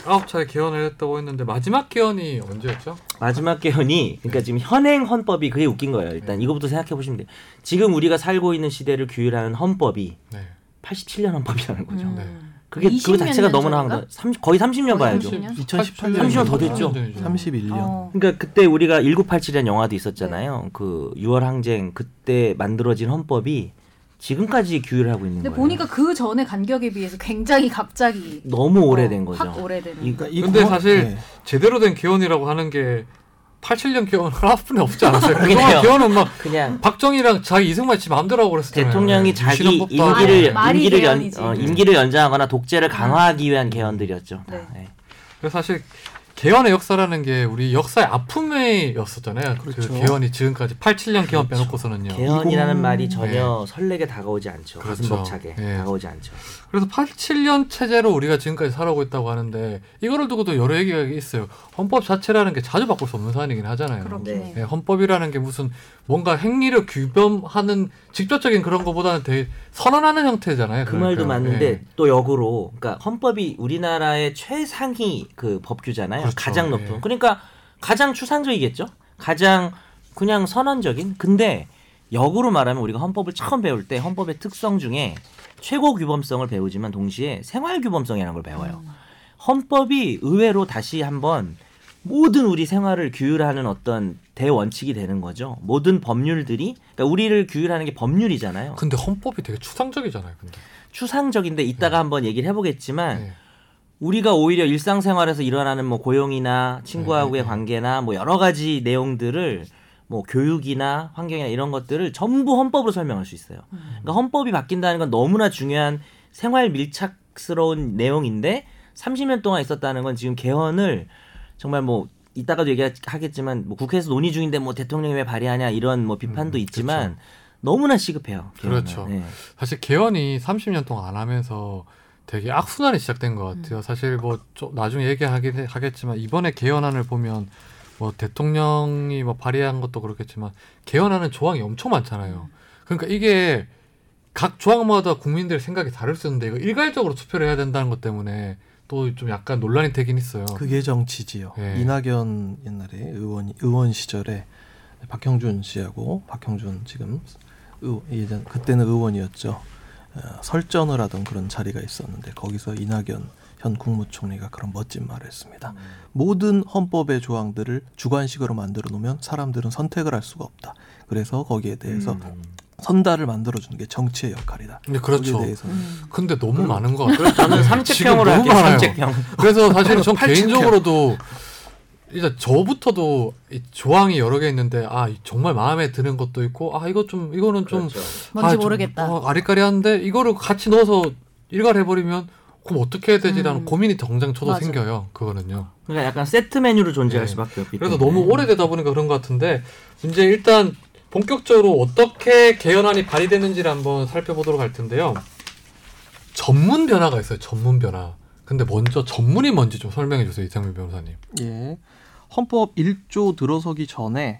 아홉 차례 개헌을 했다고 했는데 마지막 개헌이 언제였죠?
마지막 개헌이 그러니까 지금 현행 헌법이 그게 웃긴 거예요. 일단 이거부터 생각해 보시면 돼요. 지금 우리가 살고 있는 시대를 규율하는 헌법이
네.
87년 헌법이라는 거죠.
음.
네.
그게
20몇
그 자체가
년
너무나
전인가?
황당. 30, 거의 30년
거의
봐야죠.
30 년?
2018년
30년 더 됐죠.
31년.
어.
그러니까 그때 우리가 1987년 영화도 있었잖아요.
네.
그 6월 항쟁 그때 만들어진 헌법이 지금까지 규율하고 있는
근데
거예요.
보니까 그 전에 간격에 비해서 굉장히 갑자기
너무 오래된
어, 확
거죠.
오래되는.
이-
그러니까 이
근데
공화-
사실
네.
제대로 된 개헌이라고 하는 게 87년 (laughs) 개헌 하나뿐이 없지 않았어요.
그러긴
그동안
해요.
개헌은 막
그냥
박정희랑 자기 이승만 지 마음대로 하고 그랬어요.
네,
대통령이 자기
실현법도 하고.
임기를
말- 말이
임기를 연
개헌이지.
어, 임기를 연장하거나 독재를 강화하기 위한 개헌들이었죠. 다.
네.
예.
그래서 사실 개헌의 역사라는 게 우리 역사의 아픔이었었잖아요. 그
그렇죠.
개헌이 지금까지 87년 개헌 빼놓고서는요.
그렇죠. 개헌이라는
이공-
말이 전혀 설레게 다가오지 않죠.
예. 그렇죠.
가슴 벅차게
예.
다가오지 않죠.
그래서 87년 체제로 우리가 지금까지 살아오고 있다고 하는데 이거를 두고도 여러 얘기가 있어요. 헌법 자체라는 게 자주 바꿀 수 없는 사안이긴 하잖아요.
그렇긴
네.
해요.
예, 헌법이라는 게 무슨 뭔가 행위를 규범하는 직접적인 그런 것보다는 되게 선언하는 형태잖아요.
그
그러니까.
말도 맞는데
예.
또 역으로 그러니까 헌법이 우리나라의 최상위 그 법규잖아요.
그렇죠.
가장 높은.
예.
그러니까 가장 추상적이겠죠. 가장 그냥 선언적인. 근데 역으로 말하면 우리가 헌법을 처음 배울 때 헌법의 특성 중에 최고 규범성을 배우지만 동시에 생활 규범성이라는 걸 배워요. 헌법이 의외로 다시 한번 모든 우리 생활을 규율하는 어떤 대원칙이 되는 거죠. 모든 법률들이 그러니까 우리를 규율하는 게 법률이잖아요.
근데 헌법이 되게 추상적이잖아요. 근데.
추상적인데
네.
이따가 한번 얘기를 해보겠지만
예.
우리가 오히려 일상생활에서 일어나는 뭐 고용이나
네, 네,
친구하고의
네.
관계나 뭐 여러 가지 내용들을 뭐 교육이나 환경이나 이런 것들을 전부 헌법으로 설명할 수 있어요.
음.
그러니까 헌법이 바뀐다는 건 너무나 중요한 생활 밀착스러운 내용인데 30년 동안 있었다는 건 지금 개헌을 정말 뭐 이따가도 얘기하겠지만 뭐 국회에서 논의 중인데 뭐 대통령이 왜 발의하냐 이런 뭐 비판도 있지만 너무나 시급해요. 개헌은.
음, 그렇죠.
네.
사실 개헌이 30년 동안 안 하면서 되게 악순환이 시작된 것 같아요. 사실 뭐 좀 나중에 얘기하긴 해- 하겠지만 이번에 개헌안을 보면 뭐 대통령이 뭐 발의한 것도 그렇겠지만 개헌안은 조항이 엄청 많잖아요. 그러니까 이게 각 조항마다 국민들의 생각이 다를 수 있는데 이거 일괄적으로 투표를 해야 된다는 것 때문에 또 좀 약간 논란이 되긴 있어요.
그게 정치지요.
예.
이낙연 옛날에 의원 의원 시절에 박형준 씨하고 박형준 지금 의, 예전 그때는 의원이었죠. 어, 설전을 하던 그런 자리가 있었는데 거기서 이낙연 현 국무총리가 그런 멋진 말을
음.
했습니다. 모든 헌법의 조항들을 주관식으로 만들어 놓으면 사람들은 선택을 할 수가 없다. 그래서 거기에 대해서 선다를 만들어 주는 게 정치의 역할이다.
음. 근데 그렇죠.
거기에 대해서는
근데 너무 많은 것 같아요.
저는 삼책형으로
지금
할게요.
너무 많아요.
삼책형. (laughs)
그래서 사실은 전
팔 측면.
개인적으로도 이제 저부터도 이 조항이 여러 개 있는데 아 이- 정말 마음에 드는 것도 있고 아 이거 좀 이거는 좀
그렇죠.
뭔지
아, 좀,
모르겠다.
어, 아리까리한데 이거를 같이 넣어서 일괄해 버리면 그럼 어떻게 해야 되지라는
음.
고민이 정장 쳐도
맞아.
생겨요. 그거는요.
그러니까 약간 세트 메뉴로 존재할
네.
수밖에 음. 없기
그래서
때문에.
너무 오래되다 보니까 그런 것 같은데 이제 일단 본격적으로 어떻게 개헌안이 발의됐는지를 한번 살펴보도록 할 텐데요. 전문 변화가 있어요. 전문 변화. 근데 먼저 전문이 뭔지 좀 설명해 주세요, 이상민 변호사님.
예. 헌법 1조 들어서기 전에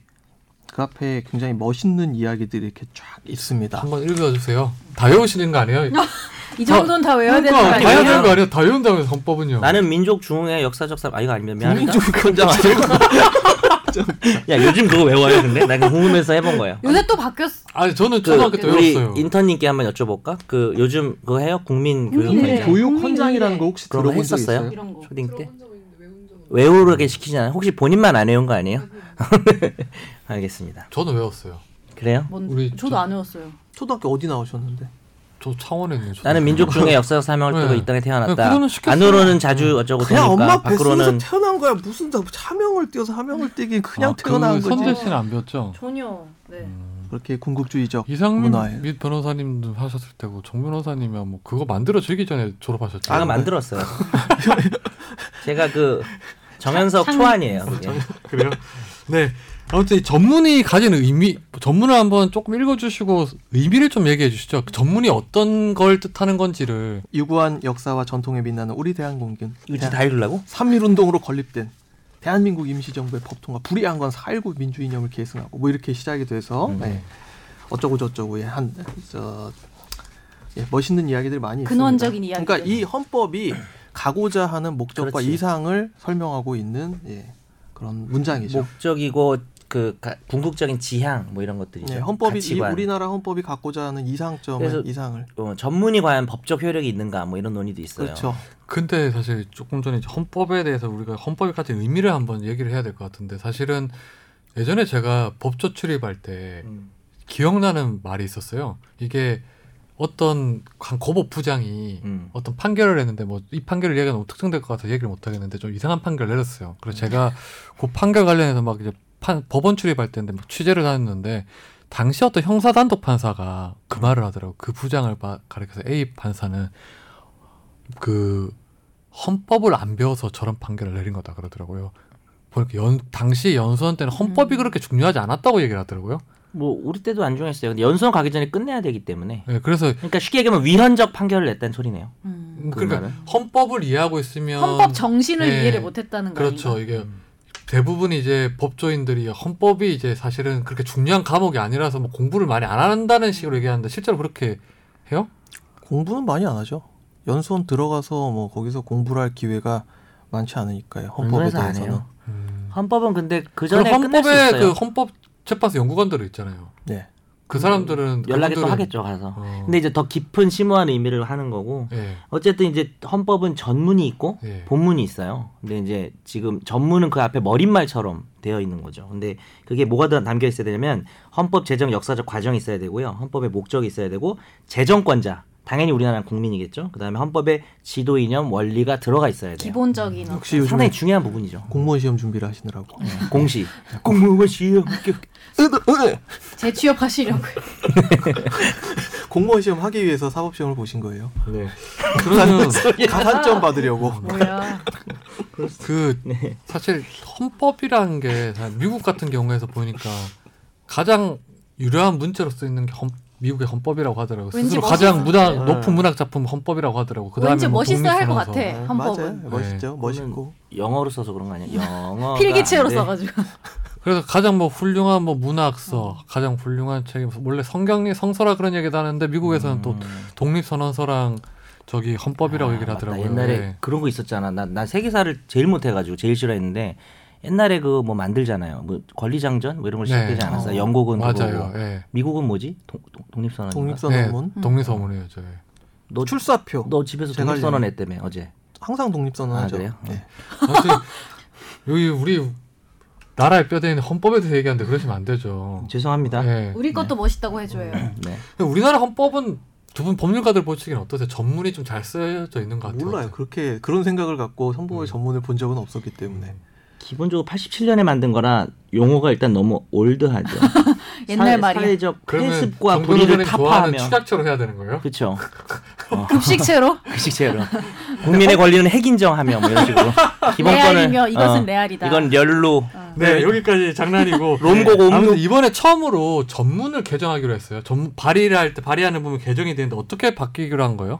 그 앞에 굉장히 멋있는 이야기들이 이렇게 쫙 있습니다.
아. 한번 읽어주세요. 다 외우시는 거 아니에요?
이 정도는 다 외워야 되는 거
그러니까 다
아니에요?
해야 되는 거 아니에요? 다 외운다고 해서 헌법은요.
나는 민족 중흥의 역사적 사아 이거 아니면 미안하다.
혼자
(laughs) 야 요즘 그거 외워요 근데 나 그거 궁금해서 해본 거예요.
요새 또 바뀌었어.
아니 저는
그
초등학교 때
우리
외웠어요.
인턴님께 한번 여쭤볼까? 그 요즘 그거 해요? 국민 네. 교육
예.
현장
교육 헌장이라는 거 혹시
그런 거
들어본 적
했었어요?
네?
있어요?
이런 거.
초딩 때 외우르게 시키잖아요. 혹시 본인만 안 외운
(laughs)
거 아니에요? 알겠습니다.
저는 외웠어요.
그래요?
뭔,
우리
저도
저-
안 외웠어요.
초등학교 어디 나오셨는데?
저 창원에 있는 초등학교.
나는 민족 중에 역사적 사명을
네.
뜨고 이 땅에
네,
태어났다.
그거는 시켰어요.
안으로는 자주 어쩌고
그냥 엄마
되니까
뱃속에서
밖으로는
태어난 거야. 무슨 다 사명을 띄어서 사명을 띄긴 그냥
아,
태어난
그
거지.
선재 씨는 안 배웠죠?
전혀. 네.
음.
그렇게 궁극주의적
이상민
문화예요.
밑 변호사님도 하셨을 때고 정 변호사님은 뭐 그거 만들어 주기 전에 졸업하셨죠.
아 만들었어요. 제가 그 정현석 초안이에요. 그게.
그래요? 네. 아무튼 이 전문이 가진 의미, 전문을 한번 조금 읽어주시고 의미를 좀 얘기해 주시죠. 그 전문이 어떤 걸 뜻하는 건지를.
유구한 역사와 전통에 빛나는 우리 대한공군.
이거 진짜 다 읽으려고?
3.1운동으로 건립된 대한민국 임시정부의 법통과 불의한 건4.19 민주이념을 계승하고 뭐 이렇게 시작이 돼서
음, 네.
예, 어쩌고 저쩌고 예, 한 저, 예, 멋있는 이야기들이 많이
근원적인
있습니다.
이야기들.
그러니까 이 헌법이 가고자 하는 목적과
그렇지.
이상을 설명하고 있는 예, 그런 문장이죠.
목적이고 그 가, 궁극적인 지향 뭐 이런 것들이죠.
예, 헌법이 이
가치관.
우리나라 헌법이 갖고자 하는
그래서
이상점은 이상을
어, 전문이 과연 법적 효력이 있는가 뭐 이런 논의도 있어요.
그렇죠.
근데 사실 조금 전에 이제 헌법에 대해서 우리가 헌법이 가진 의미를 한번 얘기를 해야 될 것 같은데 사실은 예전에 제가 법조 출입할 때
음.
기억나는 말이 있었어요. 이게 어떤 한 고법 부장이
음.
어떤 판결을 했는데 뭐 이 판결을 얘기하면 특정될 것 같아서 얘기를 못 하겠는데 좀 이상한 판결을 내렸어요. 그래서 제가 그 판결 관련해서 막 이제 판- 법원 출입할 때인데 막 취재를 다녔는데 당시 어떤 형사 단독 판사가 그 말을 하더라고. 그 부장을 바- 가리켜서 A 판사는 그 헌법을 안 배워서 저런 판결을 내린 거다 그러더라고요. 보니까 연- 당시 연수원 때는 헌법이
음.
그렇게 중요하지 않았다고 얘기를 하더라고요.
뭐 우리 때도 안 중요했어요. 근데 연수원 가기 전에 끝내야 되기 때문에.
예, 그래서
그러니까 쉽게 얘기하면 위헌적 판결을 냈다는 소리네요.
음.
그러니까
말은?
헌법을 이해하고 있으면
헌법 정신을
네.
이해를 못했다는 거
그렇죠.
아닌가?
이게 대부분 이제 법조인들이 헌법이 이제 사실은 그렇게 중요한 과목이 아니라서 뭐 공부를 많이 안 한다는 식으로 얘기하는데 실제로 그렇게 해요?
공부는 많이 안 하죠. 연수원 들어가서 뭐 거기서 공부를 할 기회가 많지 않으니까요. 헌법에
연수원에서 안
대해서는.
해요. 헌법은 근데 음. 그
그럼
전에 끝낼 수
헌법에
있어요.
그 헌법 재판소 연구관들 있잖아요.
네.
그 사람들은
음, 연락이 또
그분들은-
하겠죠 가서.
어.
근데 이제 더 깊은 심오한 의미를 하는 거고.
예.
어쨌든 이제 헌법은 전문이 있고
예.
본문이 있어요. 근데 이제 지금 전문은 그 앞에 머릿말처럼 되어 있는 거죠. 근데 그게 뭐가 더 담겨 있어야 되냐면 헌법 제정 역사적 과정이 있어야 되고요. 헌법의 목적이 있어야 되고 재정권자 당연히 우리나라 국민이겠죠. 그다음에 헌법의 지도 이념 원리가 들어가 있어야 돼요.
기본적인 어떤-
혹시 요즘에
상당히 중요한 부분이죠.
공무원 시험 준비를 하시느라고.
공시 공무원 시험
어, 재취업하시려고요.
(laughs)
공무원 시험 하기 위해서 사법 시험을 보신 거예요.
네. (laughs)
그러면
가산점 받으려고.
뭐야?
(laughs)
그
네.
사실 헌법이라는 게 미국 같은 경우에서 보니까 가장 유려한 문체로 쓰이는 게 헌, 미국의 헌법이라고 하더라고. 요
왠지
스스로
멋있어.
가장 문학
네.
높은 문학 작품 헌법이라고 하더라고. 그다음에
왠지
뭐
멋있어 할 것
독립선언서.
같아.
네,
헌법은.
맞아요. 멋있죠.
네.
멋있고.
영어로 써서 그런 거 아니야? 영어 네.
필기체로 써가지고.
그래서 가장 뭐 훌륭한 뭐
음.
문학서, 가장 훌륭한 책이 원래 성경의 성서라 그런 얘기도 하는데 미국에서는 또
음.
독립선언서랑 저기 헌법이라고 얘기를 하더라고요.
아, 옛날에
네.
그런 거 있었잖아. 나, 나 세계사를 제일 못해가지고 제일 싫어했는데 옛날에 그 뭐 만들잖아요. 뭐 권리장전 뭐 이런 걸
네.
시작되지 않았어.
어.
영국은
맞아요.
그거고.
예.
미국은 뭐지? 독- 독- 독립선언인가?
독립선언문.
네, 독립선언이에요, 저희.
(laughs) 너,
출사표.
너 집에서
제가
독립선언 했다며 어제.
항상 독립선언하죠.
아, 그래요?
네.
사실 여기 우리 나라의 뼈대 있는 헌법에 대해서 얘기하는데 그러시면 안 되죠.
죄송합니다. 네.
예.
우리 것도 멋있다고 해줘요.
음. 근데 우리나라 헌법은 두 분 법률가들 보시기엔 어떠세요? 전문이 좀 잘 쓰여져 있는 것 같아요.
몰라요. 그렇게 그런 생각을 갖고 선보의
음.
전문을 본 적은 없었기 때문에.
기본적으로 87년에 만든 거라 용어가 일단 너무 올드하죠.
(laughs) 옛날
사회-
말이야.
사회적
그러면
풍습과
정부
분위기를
의견이 좋아하는
타파하면
축약처로 해야 되는 거예요?
그렇죠. (laughs)
급식체로
그 식재로 국민의 권리는 핵인정하며 뭐 (laughs)
(laughs)
이런 식으로
레알이며 이것은 레알이다.
어, 이건 열로
네 여기까지 (laughs) 장난이고 네.
롬곡 옴
아무튼
룸
이번에 처음으로 전문을 개정하기로 했어요. 전 발의를 할 때 발의하는 부분 개정이 되는데 어떻게 바뀌기로 한 거예요?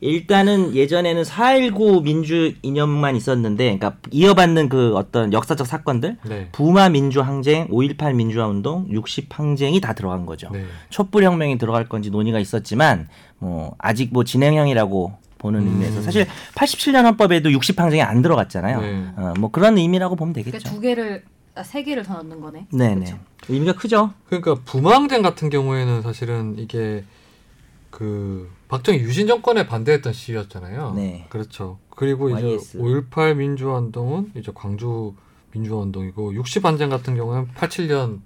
일단은 예전에는 4.19 민주 이념만 있었는데 그러니까 이어받는 그 어떤 역사적 사건들
네.
부마 민주 항쟁, 5.18 민주화 운동, 60 항쟁이 다 들어간 거죠.
네.
촛불 혁명이 들어갈 건지 논의가 있었지만 뭐 아직 뭐 진행형이라고 보는
음.
의미에서 사실 87년 헌법에도 60 항쟁이 안 들어갔잖아요.
네.
어, 뭐 그런 의미라고 보면
그러니까 그렇죠.
되겠죠.
두 개를 아, 세 개를 더 넣는 거네.
네네.
그쵸?
의미가 크죠.
그러니까 부망쟁 같은 경우에는 사실은 이게 그 박정희 유신 정권에 반대했던 시위였잖아요.
네.
그렇죠. 그리고 이제
YS.
5.18 민주화 운동은 이제 광주 민주화 운동이고 60 반쟁 같은 경우는 87년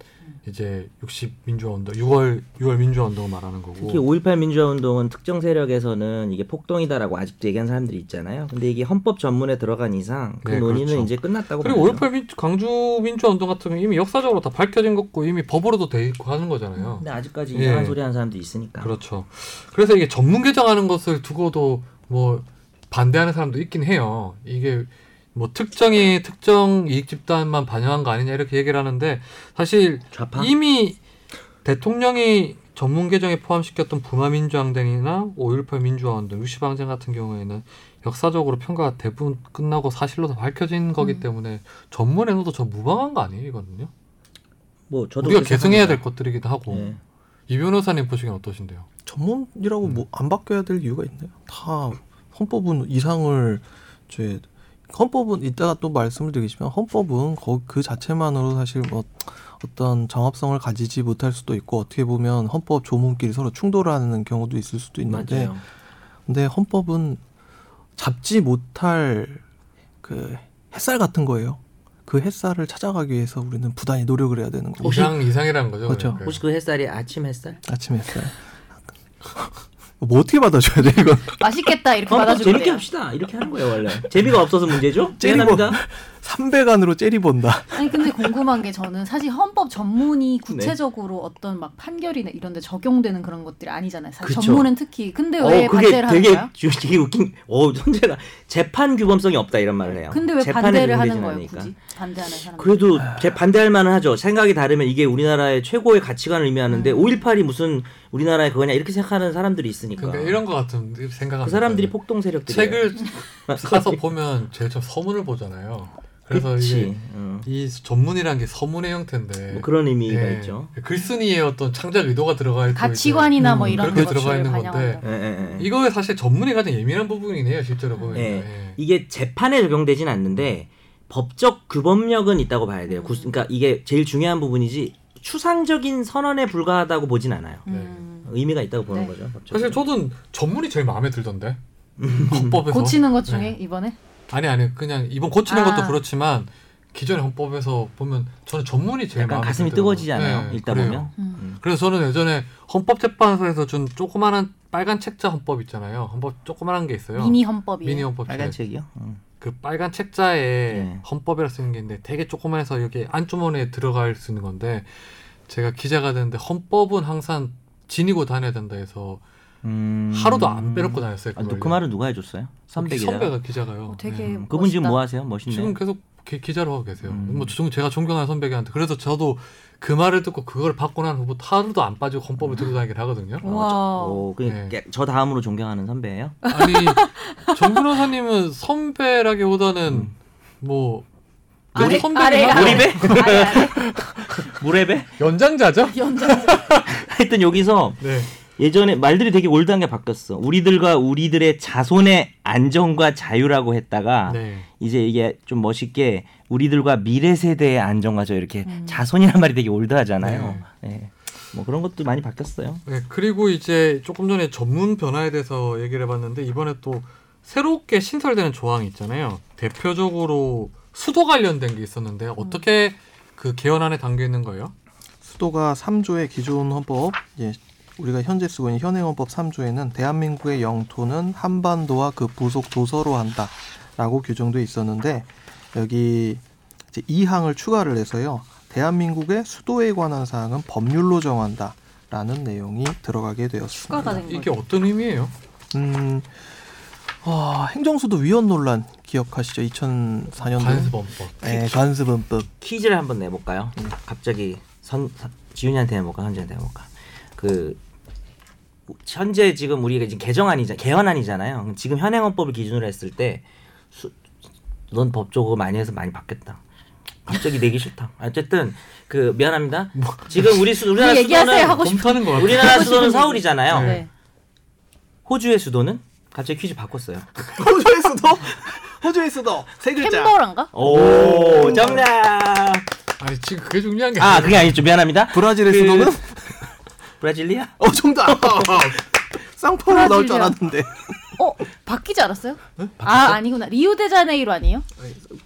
이제 60 민주화 운동 6월 6월 민주화 운동을 말하는 거고.
특히 5.18 민주화 운동은 특정 세력에서는 이게 폭동이다라고 아직도 얘기하는 사람들이 있잖아요. 근데 이게 헌법 전문에 들어간 이상 그
네,
논의는
그렇죠.
이제 끝났다고
그리고
봐야죠.
5.18 민, 광주 민주화 운동 같은 경우 이미 역사적으로 다 밝혀진 거고 이미 법으로도 돼 있고 하는 거잖아요.
근데 아직까지
예.
이상한 소리 하는 사람도 있으니까.
그렇죠. 그래서 이게 전문 개정하는 것을 두고도 뭐 반대하는 사람도 있긴 해요. 이게 뭐 특정이 특정 이익 집단만 반영한 거 아니냐 이렇게 얘기를 하는데 사실
좌파.
이미 대통령이 전문 개정에 포함시켰던 부마민주항쟁이나 5.18 민주화운동, 60항쟁 같은 경우에는 역사적으로 평가가 대부분 끝나고 사실로 다 밝혀진
음.
거기 때문에 전문 해놓도 저 무방한 거 아니에요, 이거는요?
뭐 저도
우리가
그렇게
계승해야 될
생각합니다.
것들이기도 하고
예.
이 변호사님 보시기엔 어떠신데요?
전문이라고
음.
뭐 안 바뀌어야 될 이유가 있나요? 다 헌법은 이상을 이제 헌법은 이따가 또 말씀을 드리겠지만 헌법은 거- 그 자체만으로 사실 뭐 어떤 정합성을 가지지 못할 수도 있고 어떻게 보면 헌법 조문끼리 서로 충돌하는 경우도 있을 수도 있는데
맞아요.
네.
근데 헌법은 잡지 못할 그 햇살 같은 거예요. 그 햇살을 찾아가기 위해서 우리는 부단히 노력을 해야 되는 거고
이상 이상이라는 거죠.
그렇죠.
그러니까요.
혹시 그 햇살이 아침 햇살?
아침 햇살. (laughs) 뭐 어떻게 받아줘야 돼 이건?
맛있겠다 이렇게
헌법
받아주면
재밌게 합시다. 이렇게 하는 거예요 원래. (laughs) 재미가 없어서 문제죠.
(laughs)
째리본
미안합니다.
300안으로 째리 본다.
아니 근데 궁금한 게 저는 사실 헌법 전문이
네.
구체적으로 어떤 막 판결이나 이런 데 적용되는 그런 것들이 아니잖아요. 사실
그쵸.
전문은 특히. 근데 네, 왜
어 그게
반대를
되게
하는 거야?
주- (laughs) 되게 웃긴. 어 현재가 재판 규범성이 없다 이런 말을 해요. 그러니까.
근데 왜
재판에
반대를 하는
적용되진
거예요?
않으니까.
굳이 반대하는 사람.
네.
그래도 제 반대할 만은 하죠. 생각이 다르면 이게 우리나라의 최고의 가치관을 의미하는데
음.
5.18이 무슨 우리나라의 그거냐 이렇게 생각하는 사람들이 있으니까.
그러니까 이런 거 같은 생각합니다.
그 사람들이 폭동 세력들이 (laughs)
책을 사서 보면 제일 처음 서문을 보잖아요. 그래서
그치.
이게
어.
이 전문이란 게 서문의 형태인데
뭐 그런 의미가
예.
있죠.
글쓴이의 어떤 창작 의도가 들어가 있고
가치관이나 뭐
음,
이런
그렇게
것들을
들어가 있는 건데
반영한다.
예, 예, 예.
이거 사실 전문이 가장 예민한 부분이긴 해요 실제로 보면.
예.
예.
이게 재판에 적용되진 않는데 법적 규범력은 있다고 봐야 돼요. 구- 그러니까 이게 제일 중요한 부분이지 추상적인 선언에 불과하다고 보진 않아요.
음,
의미가 있다고 보는
네.
거죠. 법적으로.
사실 저는 전문이 제일 마음에 들던데 헌법에서
고치는 것 중에
네.
이번에
아니 아니 그냥 이번 고치는
아.
것도 그렇지만 기존의 헌법에서 보면 저는 전문이 제일
약간
마음에
가슴이
들더라고요.
뜨거워지지 않아요?
네,
읽다
그래요.
보면.
음.
그래서 저는 예전에 헌법재판소에서 준 조그마한 빨간 책자 헌법 있잖아요. 헌법 조그마한 게 있어요.
미니 헌법이에요.
네. 미니 헌법
빨간
책.
책이요. 음.
그 빨간 책자에
예.
헌법이라 쓰는 게 있는데 되게 조그마해서 여기 안주머니에 들어갈 수 있는 건데 제가 기자가 되는데 헌법은 항상 지니고 다녀야 된다 해서
음.
하루도 안 빼놓고 다녔어요.
아, 너
그걸.
그 말을 누가 해줬어요? 선배기자.
선배가 기자가요.
되게
네.
멋있다.
그분 지금 뭐 하세요? 멋있네.
지금 계속 기, 기자로 하고 계세요.
음.
뭐 종- 제가 존경하는 선배한테 그래서 저도 그 말을 듣고 그걸 받고 난 후부터 하루도 안 빠지고 헌법을 들고 다니기를 하거든요.
와.
오, 그,
네.
깨- 저 다음으로 존경하는 선배예요.
아니 정 변호사님은 선배라기보다는
음.
뭐
아래,
선배긴
아래,
하죠.
아래.
몰입해?
아니, 아니.
무레배?
연장자죠?
(laughs) 하여튼 여기서
네.
예전에 말들이 되게 올드한 게 바뀌었어. 우리들과 우리들의 자손의 안전과 자유라고 했다가
네.
이제 이게 좀 멋있게 우리들과 미래 세대의 안전과 자유 이렇게 자손이란 말이 되게 올드하잖아요. 네. 뭐 그런 것도 많이 바뀌었어요.
네, 그리고 이제 조금 전에 전문 변화에 대해서 얘기를 해봤는데 이번에 또 새롭게 신설되는 조항이 있잖아요. 대표적으로 수도 관련된 게 있었는데 어떻게 그 개헌안에 담겨 있는 거예요?
수도가 3조의 기존 헌법, 예, 우리가 현재 쓰고 있는 현행 헌법 3조에는 대한민국의 영토는 한반도와 그 부속 도서로 한다라고 규정돼 있었는데 여기 이제 2항을 추가를 해서요. 대한민국의 수도에 관한 사항은 법률로 정한다라는 내용이 들어가게 되었습니다.
추가가 된
이게
거죠.
어떤 의미예요?
음, 아, 행정수도 위헌 논란 기억하시죠? 2004년도
관습범법.
예, 관습은법.
퀴즈를 한번 내볼까요? 갑자기 선 선- 지훈이한테 해볼까, 현재한테 해볼까? 그 현재 지금 우리가 지금 개정안이자 개헌안이잖아요. 그럼 지금 현행 헌법을 기준으로 했을 때넌 법적으로 많이 해서 많이 바뀌었다. 갑자기 내기 싫다. 어쨌든 그 미안합니다. 지금 우리 수, 우리나라
그 얘기하세요.
수도는
하고 싶-
검토하는 거 같아요.
우리나라 수도는 서울이잖아요.
네.
호주의 수도는 갑자기 퀴즈 바꿨어요.
호주의 수도? (laughs) 호주의 수도 세
캔버란가?
오 정답.
아니 지금 그게 중요한 게
아
아니라
그게 아니죠. 미안합니다.
브라질의
그-
수도는?
브라질리아?
어 정답. (laughs) 쌍포로 나올 줄 알았는데.
어 바뀌지 않았어요?
네?
아 아니구나 리오데자네이로 아니에요?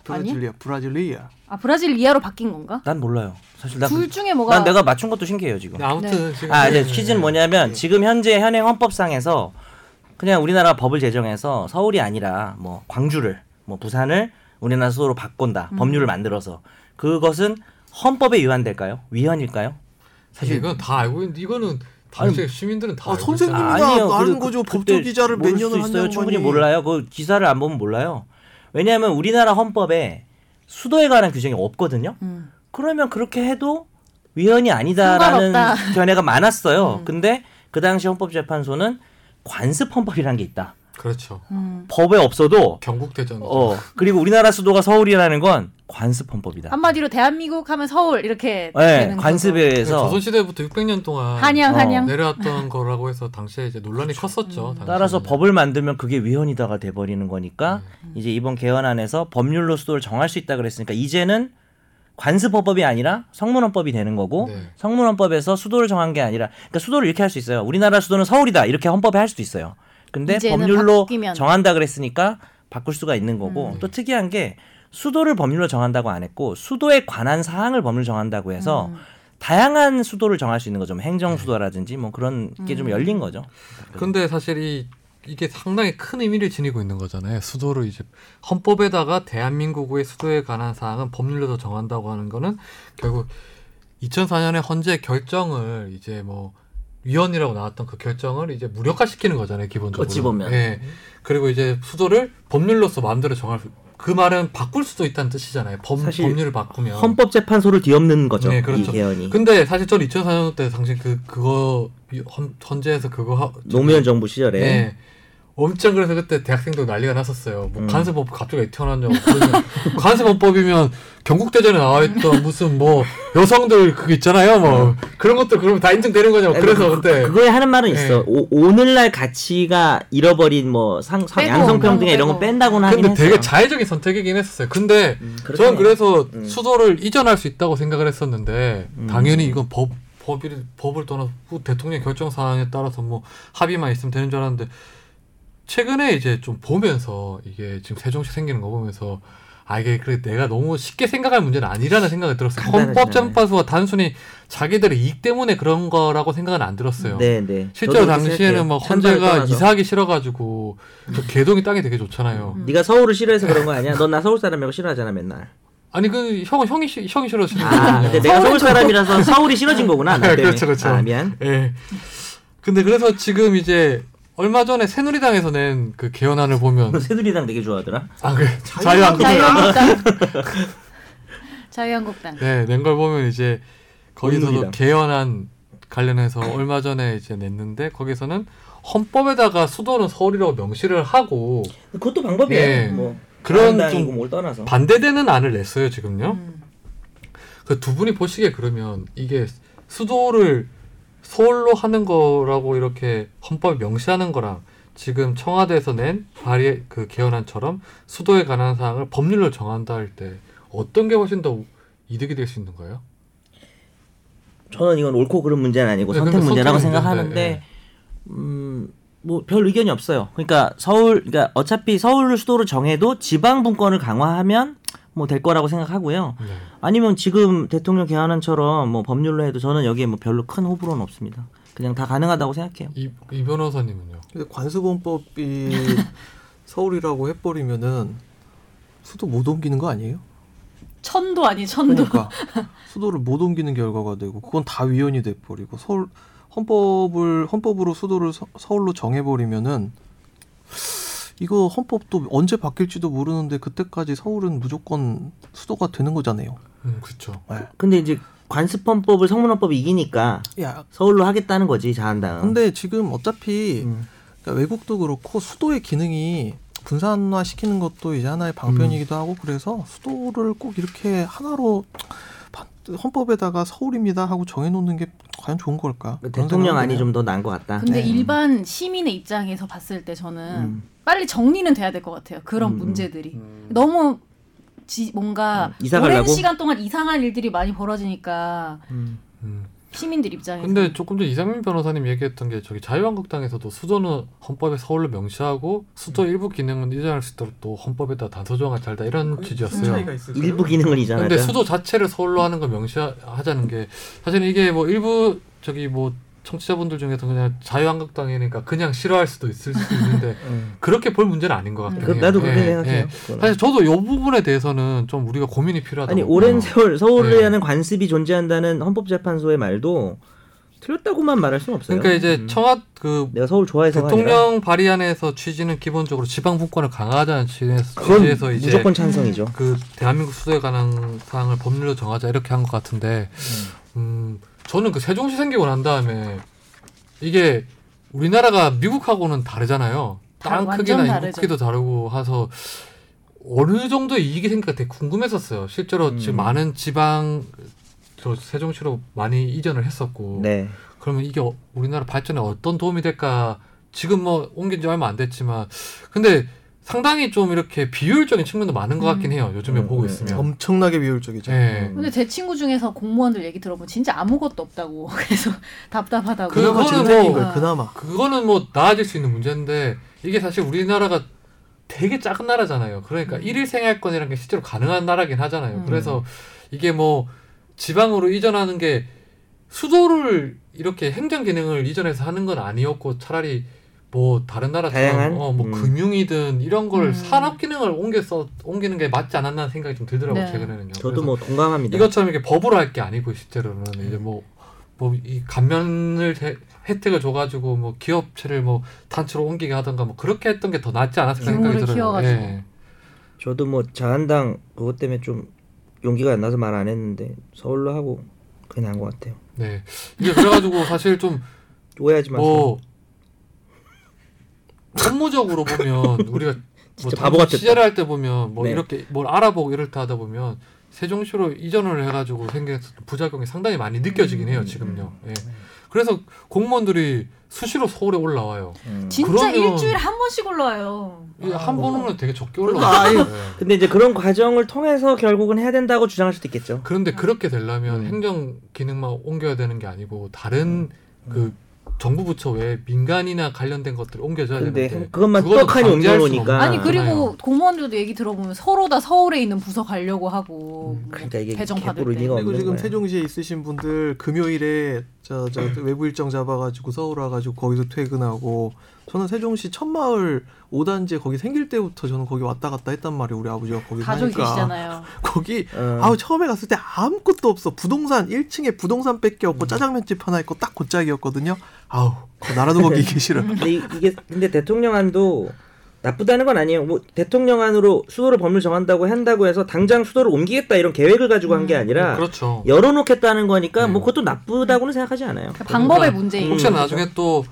브라질리아, 브라질리아.
아 브라질리아로 바뀐 건가?
난 몰라요. 사실 나
둘
그-
중에 뭐가-
난 내가 맞춘 것도 신기해요 지금.
아무튼 지금
아 이제
네.
퀴즈는 뭐냐면 지금 현재 현행 헌법상에서 그냥 우리나라 법을 제정해서 서울이 아니라 뭐 광주를 뭐 부산을 우리나라 수도로 바꾼다
음.
법률을 만들어서 그것은 헌법에 위반될까요? 위헌일까요?
사실 이건 다 알고 있는데 이거는 당시 시민들은 다
아,
알고
선생님이
있잖아요.
아니야,
아니요.
아는
그-
거죠.
그때
법조 기자를 몇
모를
년을
수도 있어요.
한
충분히
양반이.
몰라요. 그 기사를 안 보면 몰라요. 왜냐하면 우리나라 헌법에 수도에 관한 규정이 없거든요.
음.
그러면 그렇게 해도 위헌이 아니다라는
상관없다. 음.
견해가 많았어요. 근데 그 당시 헌법재판소는 관습 헌법이라는 게 있다.
그렇죠.
음.
법에 없어도
경국대전.
어 그리고 우리나라 수도가 서울이라는 건 관습 헌법이다.
한마디로 대한민국 하면 서울 이렇게
네,
네,
되는 거죠.
관습에서
조선시대부터 600년 동안
한양
어.
한양 음.
내려왔던 거라고 해서 당시에 이제 논란이 컸었죠. 음. 당시에는.
따라서 법을 만들면 그게 위헌이다가 돼버리는 거니까
음.
이제 이번 개헌안에서 법률로 수도를 정할 수 있다 그랬으니까 이제는 관습헌법이 아니라 성문헌법이 되는 거고
네.
성문헌법에서 수도를 정한 게 아니라 그러니까 수도를 이렇게 할 수 있어요. 우리나라 수도는 서울이다 이렇게 헌법에 할 수도 있어요. 근데
이제는
법률로
바뀌면. 음.
정한다 그랬으니까 바꿀 수가 있는 거고 또 특이한 게 수도를 법률로 정한다고 안 했고 수도에 관한 사항을 법률로 정한다고 해서
음.
다양한 수도를 정할 수 있는 거죠. 뭐 행정
네.
수도라든지 뭐 그런 게
음.
좀 열린 거죠.
근데 사실 이 이게 상당히 큰 의미를 지니고 있는 거잖아요. 수도를 이제 헌법에다가 대한민국의 수도에 관한 사항은 법률로도 정한다고 하는 거는 결국 2004년에 헌재 결정을 이제 뭐 위헌이라고 나왔던 그 결정을 이제 무력화시키는 거잖아요, 기본적으로.
어찌 보면.
예. 그리고 이제 수도를 법률로서 마음대로 정할 수, 그 말은 바꿀 수도 있다는 뜻이잖아요. 법,
사실
법률을 바꾸면.
헌법재판소를 뒤엎는 거죠.
그렇죠. 네, 그렇죠.
이 개헌이.
근데 사실 저는 2004년 때 당시 그 그거 헌, 헌재에서 그거 하,
노무현 정부 시절에
예. 엄청 그래서 그때 대학생도 난리가 났었어요.
음.
뭐 관세법 갑자기 튀어나왔냐고. 그러면 (laughs) 관세법법이면 경국대전에 나와있던 무슨 뭐 여성들 그거 있잖아요. 뭐 그런 것들 그러면 다 인정되는 거냐고. 그래서 그때
음. 아, 그거에 하는 말은
예.
있어. 오, 오늘날 가치가 잃어버린 뭐 상, 상-
빼고,
양성평등이나
빼고.
이런 거 뺀다고는 하긴
근데
했어요.
되게 자의적인 선택이긴 했었어요. 근데
그렇긴
저는
해요. 음.
그래서 수도를 이전할 수 있다고 생각을 했었는데 당연히 이건 법 법이 법을 떠나서 뭐 대통령 결정 사항에 따라서 뭐 합의만 있으면 되는 줄 알았는데 최근에 이제 좀 보면서 이게 지금 세종시 생기는 거 보면서 아 이게 그래 내가 너무 쉽게 생각할 문제는 아니라는 생각이 들었어요.
간단하지
헌법
않아요.
재판소가 단순히 자기들의 이익 때문에 그런 거라고 생각은 안 들었어요.
네, 네.
실제로
저도 그렇게
당시에는
생각해요.
막
찬반을
헌재가
떠나서. 음.
이사하기 싫어가지고 저 개동이 땅이 되게 좋잖아요.
네가 서울을 싫어해서 그런 거 아니야? 넌 나 서울 사람이라고 싫어하잖아 맨날.
아니 그 형은 형이 싫- 형이 싫어하시는
아, 근데
거예요.
내가 서울 사람이라서
네,
서울이 싫어진 거구나. 나 때문에.
그렇죠, 그렇죠.
아, 미안.
예. 근데 그래서 지금 이제 얼마 전에 새누리당에서 낸 그 개헌안을 보면
새누리당 되게 좋아하더라.
아 그래 자유한국당
자유한국당. (laughs) 자유한국당.
네낸 걸 보면 이제 거기서도
새누리당.
개헌안 관련해서 얼마 전에 이제 냈는데 거기서는 헌법에다가 수도는 서울이라고 명시를 하고
그것도 방법이에요.
예.
뭐
그런
당이고
좀
뭘 떠나서.
그렇죠. 반대되는 안을 냈어요 지금요.
음.
그 두 분이 보시기에 그러면 이게 수도를 서울로 하는 거라고 이렇게 헌법에 명시하는 거랑 지금 청와대에서 낸 발의 그 개헌안처럼 수도에 관한 사항을 법률로 정한다 할 때 어떤 게 훨씬 더 이득이 될 수 있는 거예요?
저는 이건 옳고 그른 문제는 아니고
네,
선택
근데
문제라고
선택 문제인데,
생각하는데 뭐 별 의견이 없어요. 그러니까 서울 그러니까 어차피 서울을 수도로 정해도 지방 분권을 강화하면 뭐 될 거라고 생각하고요.
네.
아니면 지금 대통령 개헌안처럼 뭐 법률로 해도 저는 여기에 뭐 별로 큰 호불호는 없습니다. 그냥 다 가능하다고 생각해요.
이, 이 변호사님은요?
근데 관습원법이 (laughs) 서울이라고 해버리면은 수도 못 옮기는 거 아니에요?
천도 아니
네.
천도.
그러니까 수도를 못 옮기는 결과가 되고 그건 다 위헌이 돼버리고 서울 헌법을 헌법으로 수도를 서, 서울로 정해버리면은 이거 헌법도 언제 바뀔지도 모르는데 그때까지 서울은 무조건 수도가 되는 거잖아요.
음, 그렇죠.
근데 이제 관습헌법을 성문헌법이 이기니까
야,
서울로 하겠다는 거지 자한당.
근데 지금 어차피
음.
그러니까 외국도 그렇고 수도의 기능이 분산화 시키는 것도 이제 하나의 방편이기도 하고 그래서 수도를 꼭 이렇게 하나로 반- 헌법에다가 서울입니다 하고 정해놓는 게 과연 좋은 걸까? 그런
그러니까 대통령
생각은
안이
드네요.
좀 더 나은 것 같다.
근데
네.
일반 시민의 입장에서 봤을 때 저는
아, 음.
빨리 정리는 돼야 될 것 같아요. 그런
음.
문제들이 너무 지- 뭔가
음, 이사
오랜
가려고?
시간 동안 이상한 일들이 많이 벌어지니까
음.
시민들 입장에서.
근데 조금 전 이상민 변호사님 얘기했던 게 저기 자유한국당에서도 수도는 헌법에 서울로 명시하고
음.
수도 일부 기능은 이전할 수 있도록 또 헌법에다 단서 조항을 달다 이런 취지였어요.
일부 기능을
근데
이전하자.
수도 자체를 서울로 하는 걸 명시하자는 게 사실 이게 뭐 일부 저기 뭐 청취자분들 중에서 그냥 자유한국당이니까 그냥 싫어할 수도 있을 수도
(laughs)
있는데
음.
그렇게 볼 문제는 아닌 것 같아요. 예, 네,
그- 나도 그렇게 생각해요. 그거는.
사실 저도 이 부분에 대해서는 좀 우리가 고민이 필요하다고.
아니 오랜 세월 서울에
네.
하는 관습이 존재한다는 헌법재판소의 말도 틀렸다고만 말할 수는 없어요. 음.
그러니까 이제 청와 그
내가 서울 좋아해서 아니라
대통령 발의안에서 취지는 기본적으로 지방 분권을 강화하자는 취지에서,
그건
취지에서 이제
무조건 찬성이죠.
그 대한민국 수도에 관한 사항을 법률로 정하자 이렇게 한 것 같은데 음 저는 그 세종시 생기고 난 다음에 이게 우리나라가 미국하고는 다르잖아요 땅
다르- 완전
크기나 인구
다르죠.
크기도 다르고 해서 어느 정도 이익이 생길까 되게 궁금했었어요 실제로
음.
지금 많은 지방 저 세종시로 많이 이전을 했었고
네.
그러면 이게 어- 우리나라 발전에 어떤 도움이 될까? 지금 뭐 옮긴 지 얼마 안 됐지만 근데 상당히 좀 이렇게 비효율적인 측면도 많은 것 같긴 해요. 요즘에
음,
보고
음,
있으면.
네. 엄청나게 비효율적이죠.
예.
음.
근데 제 친구 중에서 공무원들 얘기 들어보면 진짜 아무것도 없다고 (laughs) 그래서 답답하다고.
그나마
그거는
제일
뭐-
생긴 거예요. 그나마
그거는 뭐 나아질 수 있는 문제인데 이게 사실 우리나라가 되게 작은 나라잖아요. 그러니까
음.
일일 생활권이라는 게 실제로 가능한 나라긴 하잖아요.
음.
그래서 이게 뭐 지방으로 이전하는 게 수도를 이렇게 행정 기능을 이전해서 하는 건 아니었고 차라리 뭐 다른 나라처럼
다양한?
어, 뭐
음.
금융이든 이런 걸
음.
산업 기능을 옮겨서 옮기는 게 맞지 않았나 생각이 좀 들더라고요
네.
최근에는요.
저도
그래서
뭐 동감합니다.
이것처럼 이렇게 법으로 할 게 아니고 실제로는
네.
이제 뭐 뭐 이 감면을 해- 혜택을 줘가지고 뭐 기업체를 뭐 단체로 옮기게 하던가 뭐 그렇게 했던 게 더 낫지 않았을까 생각이
규모를
들어요.
키워가지고.
예.
저도 뭐 자한당 그것 때문에 좀 용기가 안 나서 말 안 했는데 서울로 하고 그게 나은 것 같아요.
네. 이게 그래가지고 (laughs) 사실
오해하지 마세요.
좀 뭐 업무적으로 보면 우리가 뭐
(laughs) 진짜 바보 같았다.
시절을 할 때 보면 뭐
네.
이렇게 뭘 알아보고 이럴 때 하다 보면 세종시로 이전을 해가지고 생긴 부작용이 상당히 많이 느껴지긴
음.
해요 지금요. 예. 그래서 공무원들이 수시로 서울에 올라와요.
음.
진짜
그러면-
일주일에 한 번씩 올라와요.
이게 한
아,
번 오면 되게 적게
아,
올라와요. 네.
근데 이제 그런 과정을 통해서 결국은 해야 된다고 주장할 수도 있겠죠.
그런데 그렇게 되려면
아. 음.
행정 기능만 옮겨야 되는 게 아니고 다른
음.
그 정부 부처 외에 민간이나 관련된 것들을 옮겨줘야
근데
되는데
그것만
그거는
떡하니
강제할 수는
옮겨놓으니까.
없는
아니 그리고
거잖아요.
공무원들도 얘기 들어보면 서로 다 서울에 있는 부서 가려고 하고 뭐
음,
그러니까 이게
배정
개꿀
받을 때.
의미가 없는
그리고 지금
거예요.
세종시에 있으신 분들 금요일에 저, 저 외부 일정 잡아가지고 서울 와가지고 거기서 퇴근하고 저는 세종시 천마을 5단지 거기 생길 때부터 저는 거기 왔다 갔다 했단 말이에요 우리 아버지가 거기 사니까
뭐 가족이시잖아요.
그러니까.
거기
어.
아우 처음에 갔을 때 아무것도 없어 부동산 1층에 부동산 뺏겨 없고 짜장면집 하나 있고 딱 곧짝이었거든요 아우 거- 나라도 거기 있기 싫어
근데 이- 이게 근데 대통령 안도 나쁘다는 건 아니에요. 뭐 대통령 안으로 수도를 법률 정한다고 한다고 해서 당장 수도를 옮기겠다 이런 계획을 가지고 한 게 아니라
그렇죠.
열어놓겠다는 거니까
네.
뭐 그것도 나쁘다고는 생각하지 않아요.
방법의
그러니까
문제인
혹시-
혹시나 나중에 또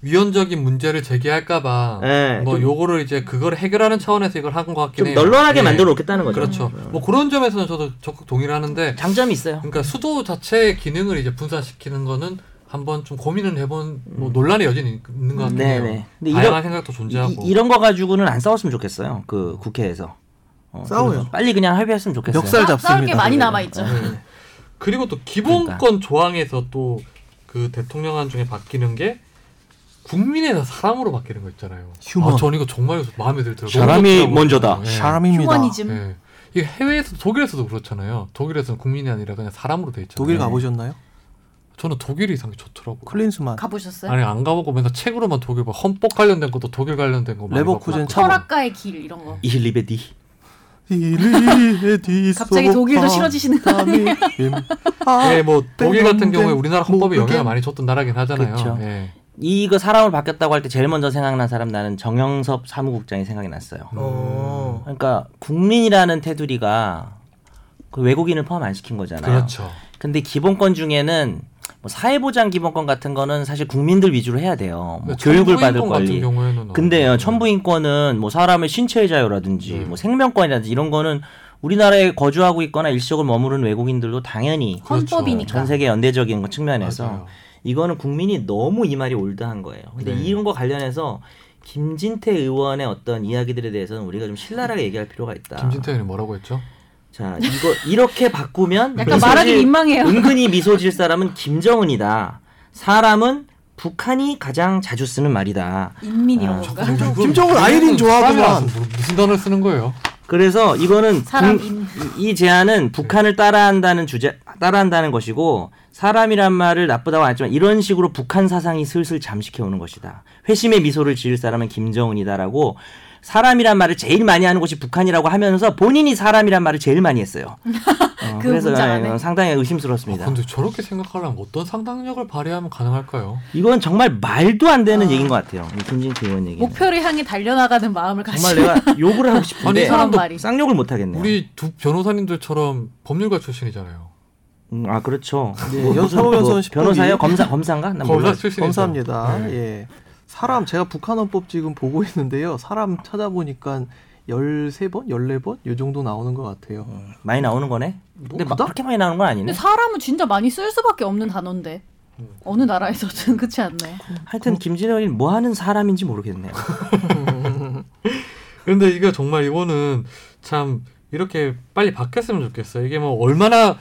위헌적인 문제를 제기할까봐
예,
뭐
좀-
요거를 이제 그걸 해결하는 차원에서 이걸 한 것 같긴
좀
해요.
널널하게
예.
만들어 놓겠다는 거죠. 음.
그렇죠. 뭐 그런 점에서는 저도 적극 동의를 하는데
장점이 있어요.
그러니까 수도 자체의 기능을 이제 분산시키는 거는 한번 좀 고민을 해본 뭐 논란의 여지는 있는 것 같긴 해요.
음. 네네. 근데
다양한
이런
생각도 존재하고.
이, 런거 가지고는 안 싸웠으면 좋겠어요. 그 국회에서 어,
싸워요.
그래서 빨리 그냥 합의했으면 좋겠어요.
역사- 쌀
싸- 싸울 게
잡습니다.
많이
그래요.
남아 있죠.
네. 그리고 또 기본권
그러니까.
조항에서 또 그 대통령안 중에 바뀌는 게 국민에서 사람으로 바뀌는 거 있잖아요.
휴먼.
아, 전 이거 정말 많음에 들더라고요.
사람이
너무 좋더라고요.
먼저다.
예.
사람입니다
휴머니즘.
예. 이게 해외에서 독일에서도 그렇잖아요. 독일에서는 국민이 아니라 그냥 사람으로 돼 있잖아요.
독일 가보셨나요?
저는 독일이 이상게 좋더라고요.
클린스만
가보셨어요?
아니 안 가보고 맨날 책으로만 독일 뭐 헌법 관련된 것도 독일 관련된 거 많이
레버쿠젠
봤고.
참-
철학가의 길 이런 거.
이힐리베디.
갑자기 독일도 싫어지시는 거 아니에요?
예, 뭐 독일 같은 경우에 우리나라 헌법에
뭐
영향을 많이 줬던 나라긴 하잖아요.
그쵸.
예.
이거 사람을 바뀌었다고 할 때 제일 먼저 생각난 사람 나는 정영섭 사무국장이 생각이 났어요.
어.
그러니까 국민이라는 테두리가 그 외국인을 포함 안 시킨 거잖아요.
그렇죠.
근데 기본권 중에는 뭐 사회보장 기본권 같은 거는 사실 국민들 위주로 해야 돼요. 뭐 교육을 받을
네, 그렇죠. 천부인권 같은
권리.
경우에는
근데요,
어때요?
천부인권은 뭐 사람의 신체의 자유라든지
네.
뭐 생명권이라든지 이런 거는 우리나라에 거주하고 있거나 일시적으로 머무른 외국인들도 당연히
그렇죠.
헌법이니까.
전 세계 연대적인 거 측면에서
맞아요.
이거는 국민이 너무 이 말이 올드한 거예요. 근데
네.
이런 거 관련해서 김진태 의원의 어떤 이야기들에 대해서는 우리가 좀 신랄하게 얘기할 필요가 있다.
김진태 의원이 뭐라고 했죠?
자, 이거 이렇게 바꾸면
약간 말하기
사실
민망해요.
음.
은근히 미소 질 사람은 김정은이다. 사람은 북한이 가장 자주 쓰는 말이다.
인민 이런
아,
건가?
김정- 김정은 아이린 좋아하구만.
무슨 단어를 쓰는 거예요?
그래서 이거는
사람,
국-
인.
이
네.
제안은 북한을 따라한다는 주제 따라한다는 것이고 사람이란 말을 나쁘다고 안 했지만 이런 식으로 북한 사상이 슬슬 잠식해 오는 것이다. 회심의 미소를 지을 사람은 김정은이다라고 사람이란 말을 제일 많이 하는 곳이 북한이라고 하면서 본인이 사람이란 말을 제일 많이 했어요.
(laughs)
어,
그
그래서
문장 안에.
어, 상당히 의심스럽습니다.
아, 근데 저렇게 생각하려면 어떤 상상력을 발휘하면 가능할까요?
이건 정말 말도 안 되는 얘기인 것 같아요. 이 김진태 의원 얘기는.
목표를 향해 달려나가는 마음을 가지고
정말
(laughs)
내가 욕을 하고
아니, 이
싶은데
사람도
말이.
쌍욕을 못 하겠네요.
우리 두 변호사님들처럼 법률가 출신이잖아요.
음, 아 그렇죠.
네,
무슨
서울 연수원
뭐
10분
변호사예요?
이-
검사 검사인가? 난
검사
몰라.
출신이죠.
감사합니다.
네.
예. 사람 제가 북한 헌법 지금 보고 있는데요. 사람 찾아보니까 13번, 14번 요 정도 나오는 것 같아요.
많이 나오는 거네. 근데 막
그다?
그렇게 많이 나오는 건 아니네. 음.
근데 사람은 진짜 많이 쓸 수밖에 없는 단어인데 어느 나라에서든 (laughs) 그렇지 않나요?
하여튼 김진영이 뭐 하는 사람인지 모르겠네요.
근데 이거 정말 이거는 참 이렇게 빨리 바뀌었으면 좋겠어요. 이게 뭐 얼마나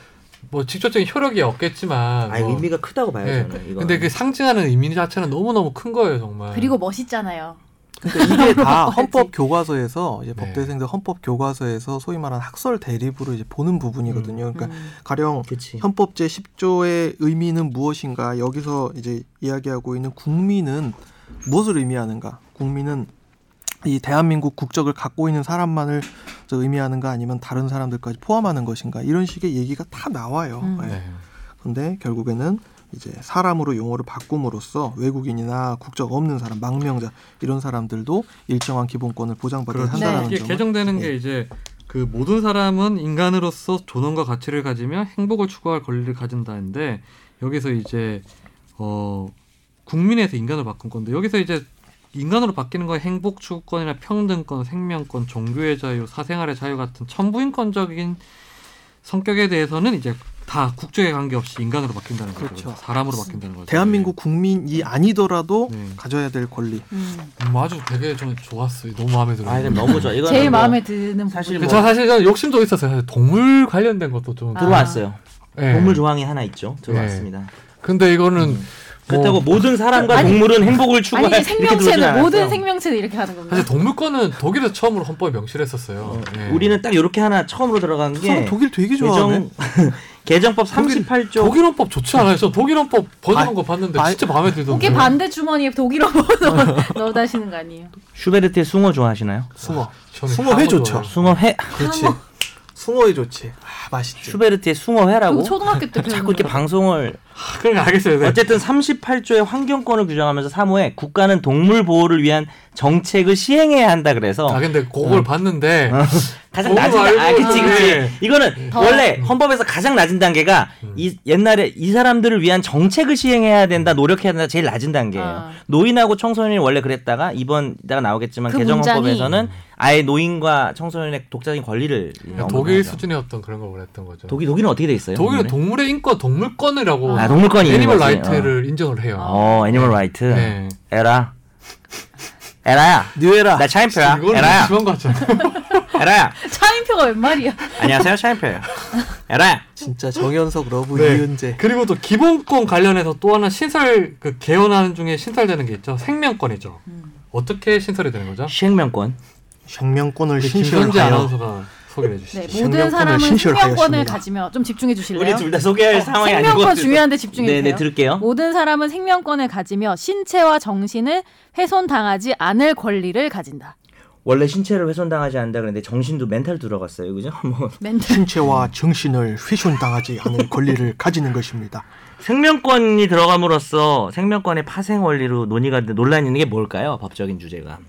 뭐 직접적인 효력이 없겠지만
아
뭐
의미가 크다고 봐요
예.
저는. 이거.
근데 그 상징하는 의미 자체는 너무너무 큰 거예요, 정말.
그리고 멋있잖아요.
그러니까 이게
(laughs)
다 헌법 교과서에서 이제
네.
법대생들 헌법 교과서에서 소위 말하는 학설 대립으로 이제 보는 부분이거든요.
음.
그러니까 가령
그치.
헌법 제 10조의 의미는 무엇인가? 여기서 이제 이야기하고 있는 국민은 무엇을 의미하는가? 국민은 이 대한민국 국적을 갖고 있는 사람만을 저 의미하는가 아니면 다른 사람들까지 포함하는 것인가? 이런 식의 얘기가 다 나와요.
음.
예.
네.
근데 결국에는 이제 사람으로 용어를 바꿈으로써 외국인이나 국적 없는 사람, 망명자 이런 사람들도 일정한 기본권을 보장받아야
그렇죠.
한다는
이게
점을
개정되는 게 이제 그 모든 사람은 인간으로서 존엄과 가치를 가지며 행복을 추구할 권리를 가진다는데 여기서 이제 어 국민에서 인간으로 바꾼 건데 여기서 이제 인간으로 바뀌는 건 행복 추구권이나 평등권, 생명권, 종교의 자유, 사생활의 자유 같은 천부인권적인 성격에 대해서는 이제 다 국적에 관계없이 인간으로 바뀐다는 거죠.
그렇죠.
사람으로 바뀐다는 거죠.
대한민국 국민이 아니더라도
네.
가져야 될 권리.
음.
음, 아주 되게 저는 좋았어요. 너무 마음에 들어요.
아 이건 너무 좋아. 이거
제일 마음에 드는
사실
그
부분.
뭐
저 사실 저는 욕심도 있었어요. 사실 동물 관련된 것도 좀.
아.
들어왔어요.
예.
동물 조항이 하나 있죠. 들어왔습니다.
근데
음.
이거는
그렇다고
뭐
모든 사람과 동물은 행복을
아니
(laughs) 추구할
이제
이렇게 들어오진
생명체는 모든
않았어요.
생명체는 이렇게 하는 겁니다.
사실 동물권은 독일에서 처음으로
네.
헌법에 명시를 했었어요. 예.
우리는 딱 이렇게 하나 처음으로 들어간 게
저는 독일 되게 좋아하네.
개정 (laughs) 개정법
독일-
38조
독일헌법 좋지 않아요? 저 독일헌법 버전한
아,
거 봤는데
아,
진짜 마음에 들던데.
어깨 반대 주머니에 독일어 (laughs) 넣어 넣어다시는 거 아니에요?
슈베르트의 숭어 좋아하시나요?
숭어.
저는
숭어
향어
회 좋죠.
좋아해요.
숭어 회
그렇지. 숭어의 좋지. 아
(laughs)
맛있지.
슈베르트의 숭어
그거
회라고
초등학교 때 배운
(laughs) 자꾸 이렇게
거.
방송을
아, 그러니까 알겠어요. 네.
어쨌든 38조의 환경권을 규정하면서 사무에 국가는 동물 보호를 위한 정책을 시행해야 한다 그래서
아 근데
어.
그걸 봤는데
아, 가장
그거
낮은 단- 아
말고는
그치 그치
네. 음.
이거는
더-
원래 헌법에서 가장 낮은 단계가 이 옛날에 이 사람들을 위한 정책을 시행해야 된다 노력해야 된다 제일 낮은 단계예요
아.
노인하고 청소년이 원래 그랬다가 이번 이따가 나오겠지만
그
개정
문장이-
헌법에서는 아예 노인과 청소년의 독자적인 권리를
음. 독일
언급하죠.
수준의 어떤 그런 걸 그랬던 거죠.
독일 독일은 어떻게 돼 있어요?
독일은
동물에?
동물의 인권 동물권이라고
아, 동물권이 있는
애니멀
거지.
라이트를 인정을 해요.
어 애니멀 라이트
네.
에라 에라야
뉴에라.
나 차인표야
이거는
에라야
심한 거 같잖아요.
에라야
차인표가 웬 말이야? 네,
안녕하세요 차인표예요 에라야
진짜 정현석 러브
네.
이은재.
그리고 또 기본권 관련해서 또 하나 신설 그 개헌하는 중에 신설되는 게 있죠. 생명권이죠.
음.
어떻게 신설이 되는 거죠?
시행명권
생명권을
우리
그 신시를
김선재
하여
아나운서가 소개해 주시죠.
네, 모든
생명권을
사람은 생명권을
신실하였습니다.
가지며 좀 집중해
우리
주실래요?
둘 다 소개할 상황이 아닌 것
생명권
같아요.
중요한데 집중해 주세요.
네네 들을게요.
모든 사람은 생명권을 가지며 신체와 정신을 훼손당하지 않을 권리를 가진다.
원래 신체를 훼손당하지 않는다 그랬는데 정신도 멘탈 들어갔어요. 그죠? (laughs) 뭐
멘탈.
신체와 정신을 훼손당하지 않을 권리를 가지는 것입니다.
생명권이 들어감으로써 생명권의 파생 원리로 논의가 되- 논란이 있는 게 뭘까요? 법적인 주제가.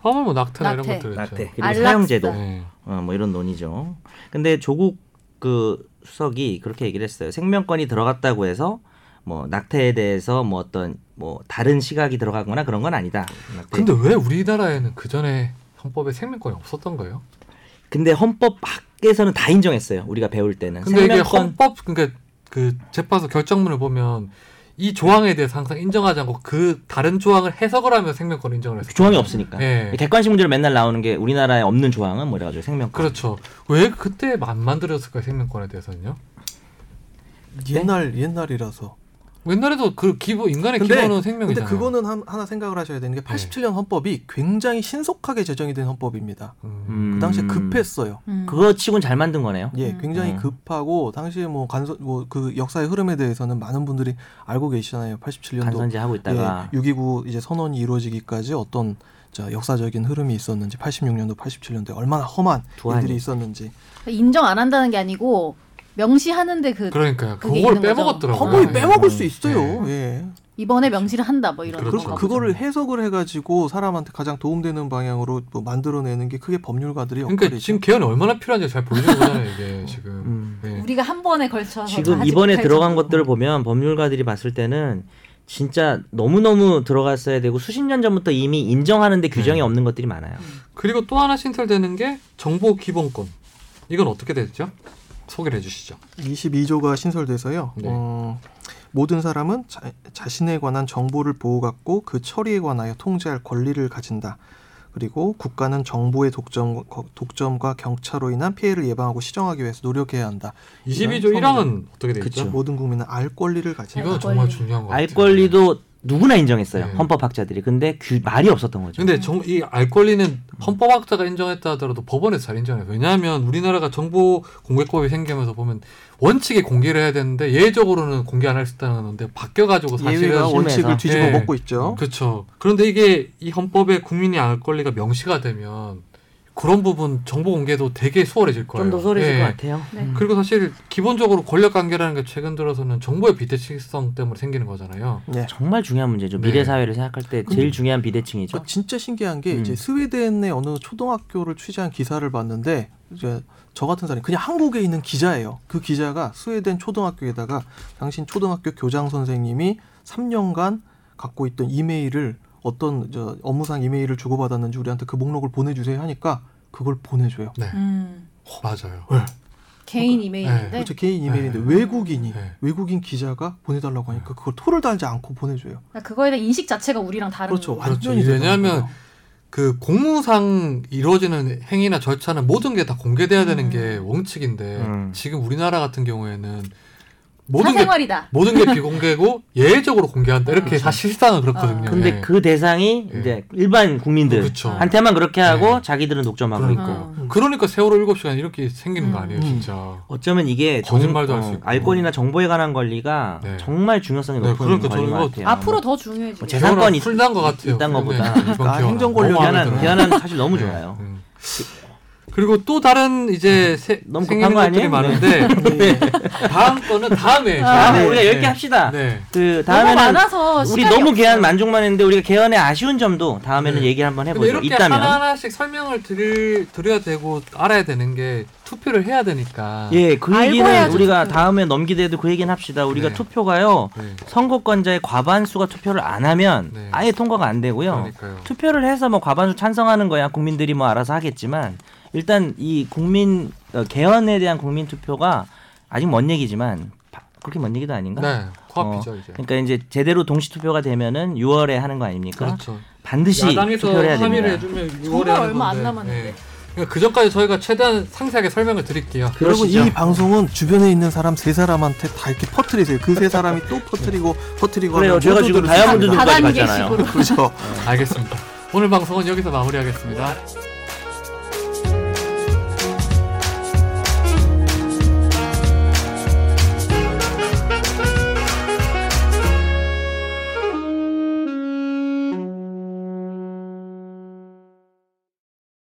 화물 뭐 낙태나
낙태.
이런 것들 있죠.
낙태 그리고
그렇죠. 안락사.
사형제도
네.
어, 뭐 이런 논의죠. 근데 조국 그 수석이 그렇게 얘기를 했어요. 생명권이 들어갔다고 해서 뭐 낙태에 대해서 뭐 어떤 뭐 다른 시각이 들어가거나 그런 건 아니다. 낙태.
근데 왜 우리나라에는 그 전에 헌법에 생명권이 없었던 거예요?
근데 헌법 밖에서는 다 인정했어요. 우리가 배울 때는
근데 이게
생명권
헌법 그러니까 그 재판소 결정문을 보면 이 조항에 대해서 항상 인정하지 않고 그 다른 조항을 해석을 하면서 생명권 인정을 했어요.
조항이 없으니까.
예.
객관식 문제로 맨날 나오는 게 우리나라에 없는 조항은 뭐라 가지고 생명권.
그렇죠. 왜 그때 안 만들었을까요? 생명권에 대해서는요?
옛날 옛날이라서.
옛날에도 그 기본 인간의 기본은 생명이잖아요. 네.
근데 그거는 한- 하나 생각을 하셔야 되는 게 87년 헌법이 굉장히 신속하게 제정이 된 헌법입니다.
음.
음.
그 당시에 급했어요.
음.
그거 치곤 잘 만든 거네요.
예,
음.
굉장히
음.
급하고 당시에 뭐 간선 뭐그 역사의 흐름에 대해서는 많은 분들이 알고 계시잖아요. 87년도
간선제 하고 있다가
예, 6.29 이제 선언이 이루어지기까지 어떤 자, 역사적인 흐름이 있었는지 86년도 87년도 얼마나 험한
두한이.
일들이 있었는지
인정 안 한다는 게 아니고 명시하는데 그
그러니까요.
그게
그걸
있는 거죠.
빼먹었더라고요.
허무히
예.
빼먹을 수 있어요. 예.
이번에 명시를 한다 뭐 이런
그렇죠.
거.
그거를 해석을 해가지고 사람한테 가장 도움되는 방향으로 뭐 만들어내는 게 그게 법률가들의
그러니까
역할이죠.
지금 개헌이 얼마나 필요한지 잘 보여주는 거잖아요. 이게 지금.
음.
네.
우리가 한 번에 걸쳐서
지금
하지
이번에
못할
들어간
정도로.
것들을 보면 법률가들이 봤을 때는 진짜 너무너무 들어갔어야 되고 수십 년 전부터 이미 인정하는데 규정이
네.
없는 것들이 많아요.
그리고 또 하나 신설되는 게 정보 기본권. 이건 어떻게 됐죠? 소개를 해주시죠.
22조가 신설돼서요.
네.
어, 모든 사람은 자, 신에 관한 정보를 보호받고 그 처리에 관하여 통제할 권리를 가진다. 그리고 국가는 정보의 독점, 거- 독점과 경차로 인한 피해를 예방하고 시정하기 위해서 노력해야 한다.
22조 1항은 어떻게 돼
그쵸.
있죠?
모든 국민은 알 권리를 가진다.
이건
알
정말
권리.
중요한 거 같아요.
알 권리도 누구나 인정했어요.
네.
헌법학자들이. 근데 규- 말이 없었던 거죠.
근데 정, 이알 권리는 헌법학자가 인정했다 하더라도 법원에서 잘 인정해요. 왜냐하면 우리나라가 정보 공개법이 생기면서 보면 원칙에 공개를 해야 되는데 예외적으로는 공개 안 할 수 있다는 건데 바뀌어가지고
예외가
사실은
원-
원칙을
심해서.
뒤집어
예.
먹고 있죠.
그렇죠. 그런데 이게 이 헌법에 국민이 알 권리가 명시가 되면 그런 부분 정보 공개도 되게 수월해질 거예요.
좀 더 소리질
예.
것 같아요.
네.
그리고 사실 기본적으로 권력 관계라는 게 최근 들어서는 정보의 비대칭성 때문에 생기는 거잖아요.
예.
정말 중요한 문제죠.
네.
미래 사회를 생각할 때 제일 중요한 비대칭이죠.
그러니까 진짜 신기한 게 이제
음.
스웨덴의 어느 초등학교를 취재한 기사를 봤는데 이제 저 같은 사람이 그냥 한국에 있는 기자예요. 그 기자가 스웨덴 초등학교에다가 당신 초등학교 교장 선생님이 3년간 갖고 있던 이메일을 어떤 저 업무상 이메일을 주고받았는지 우리한테 그 목록을 보내주세요 하니까 그걸 보내줘요.
음,
맞아요.
개인
그러니까,
이메일인데
그렇죠 개인 이메일인데
네.
외국인이
네.
외국인 기자가 보내달라고 하니까 그걸 토를 달지 않고 보내줘요.
그러니까 그거에 대한 인식 자체가 우리랑 다른
그렇죠.
거예요.
완전히
그렇죠. 왜냐하면
대단하고요.
그 공무상 이루어지는 행위나 절차는 모든 게 다 공개돼야 되는
음.
게 원칙인데
음.
지금 우리나라 같은 경우에는 모든 게
사생활이다.
모든 게 비공개고 예외적으로 공개한다 이렇게
그렇죠.
사실상은
어.
그렇거든요.
근데
예.
그 대상이
예.
이제 일반
그쵸.
국민들한테만 그렇게 하고
예.
자기들은 독점하고
그렇죠. 그러니까
있고
어.
그러니까 세월호 7시간 이렇게 생기는 거 아니에요,
음.
진짜.
어쩌면 이게
거짓말도 할수 있고.
알권이나 정보에 관한 권리가
네.
정말 중요성이
네,
높은
그러니까
권리인
저는
것
이거
같아요.
어. 앞으로 더 중요해지고.
뭐 재산- 재산권이
풀난 것 같아요. 근데
있단 것보다.
이번
그러니까
기억나.
행정
너무
권력이
마음에
대안은,
들어요. (laughs)
대안은 뭐 사실 너무 좋아요.
뭐
아,
네, 음. 그리고 또 다른 이제 세,
너무
생기는
급한 거
것들이
아니에요? 아,
많은데
네.
다음 거는 다음에
다음에
네.
우리가
네.
10개 합시다.
네.
그
너무
다음에는
많아서
우리
시간이
너무
없어요.
개안 만족만 했는데 우리가 개안의 아쉬운 점도 다음에는
네.
얘기를 한번
근데
해보죠.
이렇게
있다면
하나 하나씩 설명을 드릴 드려야 되고 알아야 되는 게 투표를 해야 되니까.
예, 그
알고
얘기는
해야죠,
우리가
투표.
다음에 넘기더라도 그 얘기는 합시다. 우리가
네.
투표가요.
네.
선거권자의 과반수가 투표를 안 하면
네.
아예 통과가 안 되고요.
그러니까요.
투표를 해서 뭐 과반수 찬성하는 거야 국민들이 뭐 알아서 하겠지만 일단 이 국민 어, 개헌에 대한 국민 투표가 아직 먼 얘기지만 바- 그렇게 먼 얘기도 아닌가?
네. 코앞이죠,
어,
이제.
그러니까 이제 제대로 동시 투표가 되면은 6월에 하는 거 아닙니까?
그렇죠.
반드시 투표를
합의를
해야 됩니다.
해주면 6월에
정말 얼마 안 남았는데.
그 전까지 저희가 최대한 상세하게 설명을 드릴게요.
여러분
그러시죠.
이 방송은 주변에 있는 사람 세 사람한테 다 이렇게 퍼뜨리세요. 그 세 사람이 또 퍼뜨리고 퍼뜨리고
그래요.
하면
제가
모두
지금
들을 수 있습니다.
다이아몬드
그렇죠.
다단계식으로.
등까지 갔잖아요.
그죠.
알겠습니다. 오늘 방송은 여기서 마무리하겠습니다.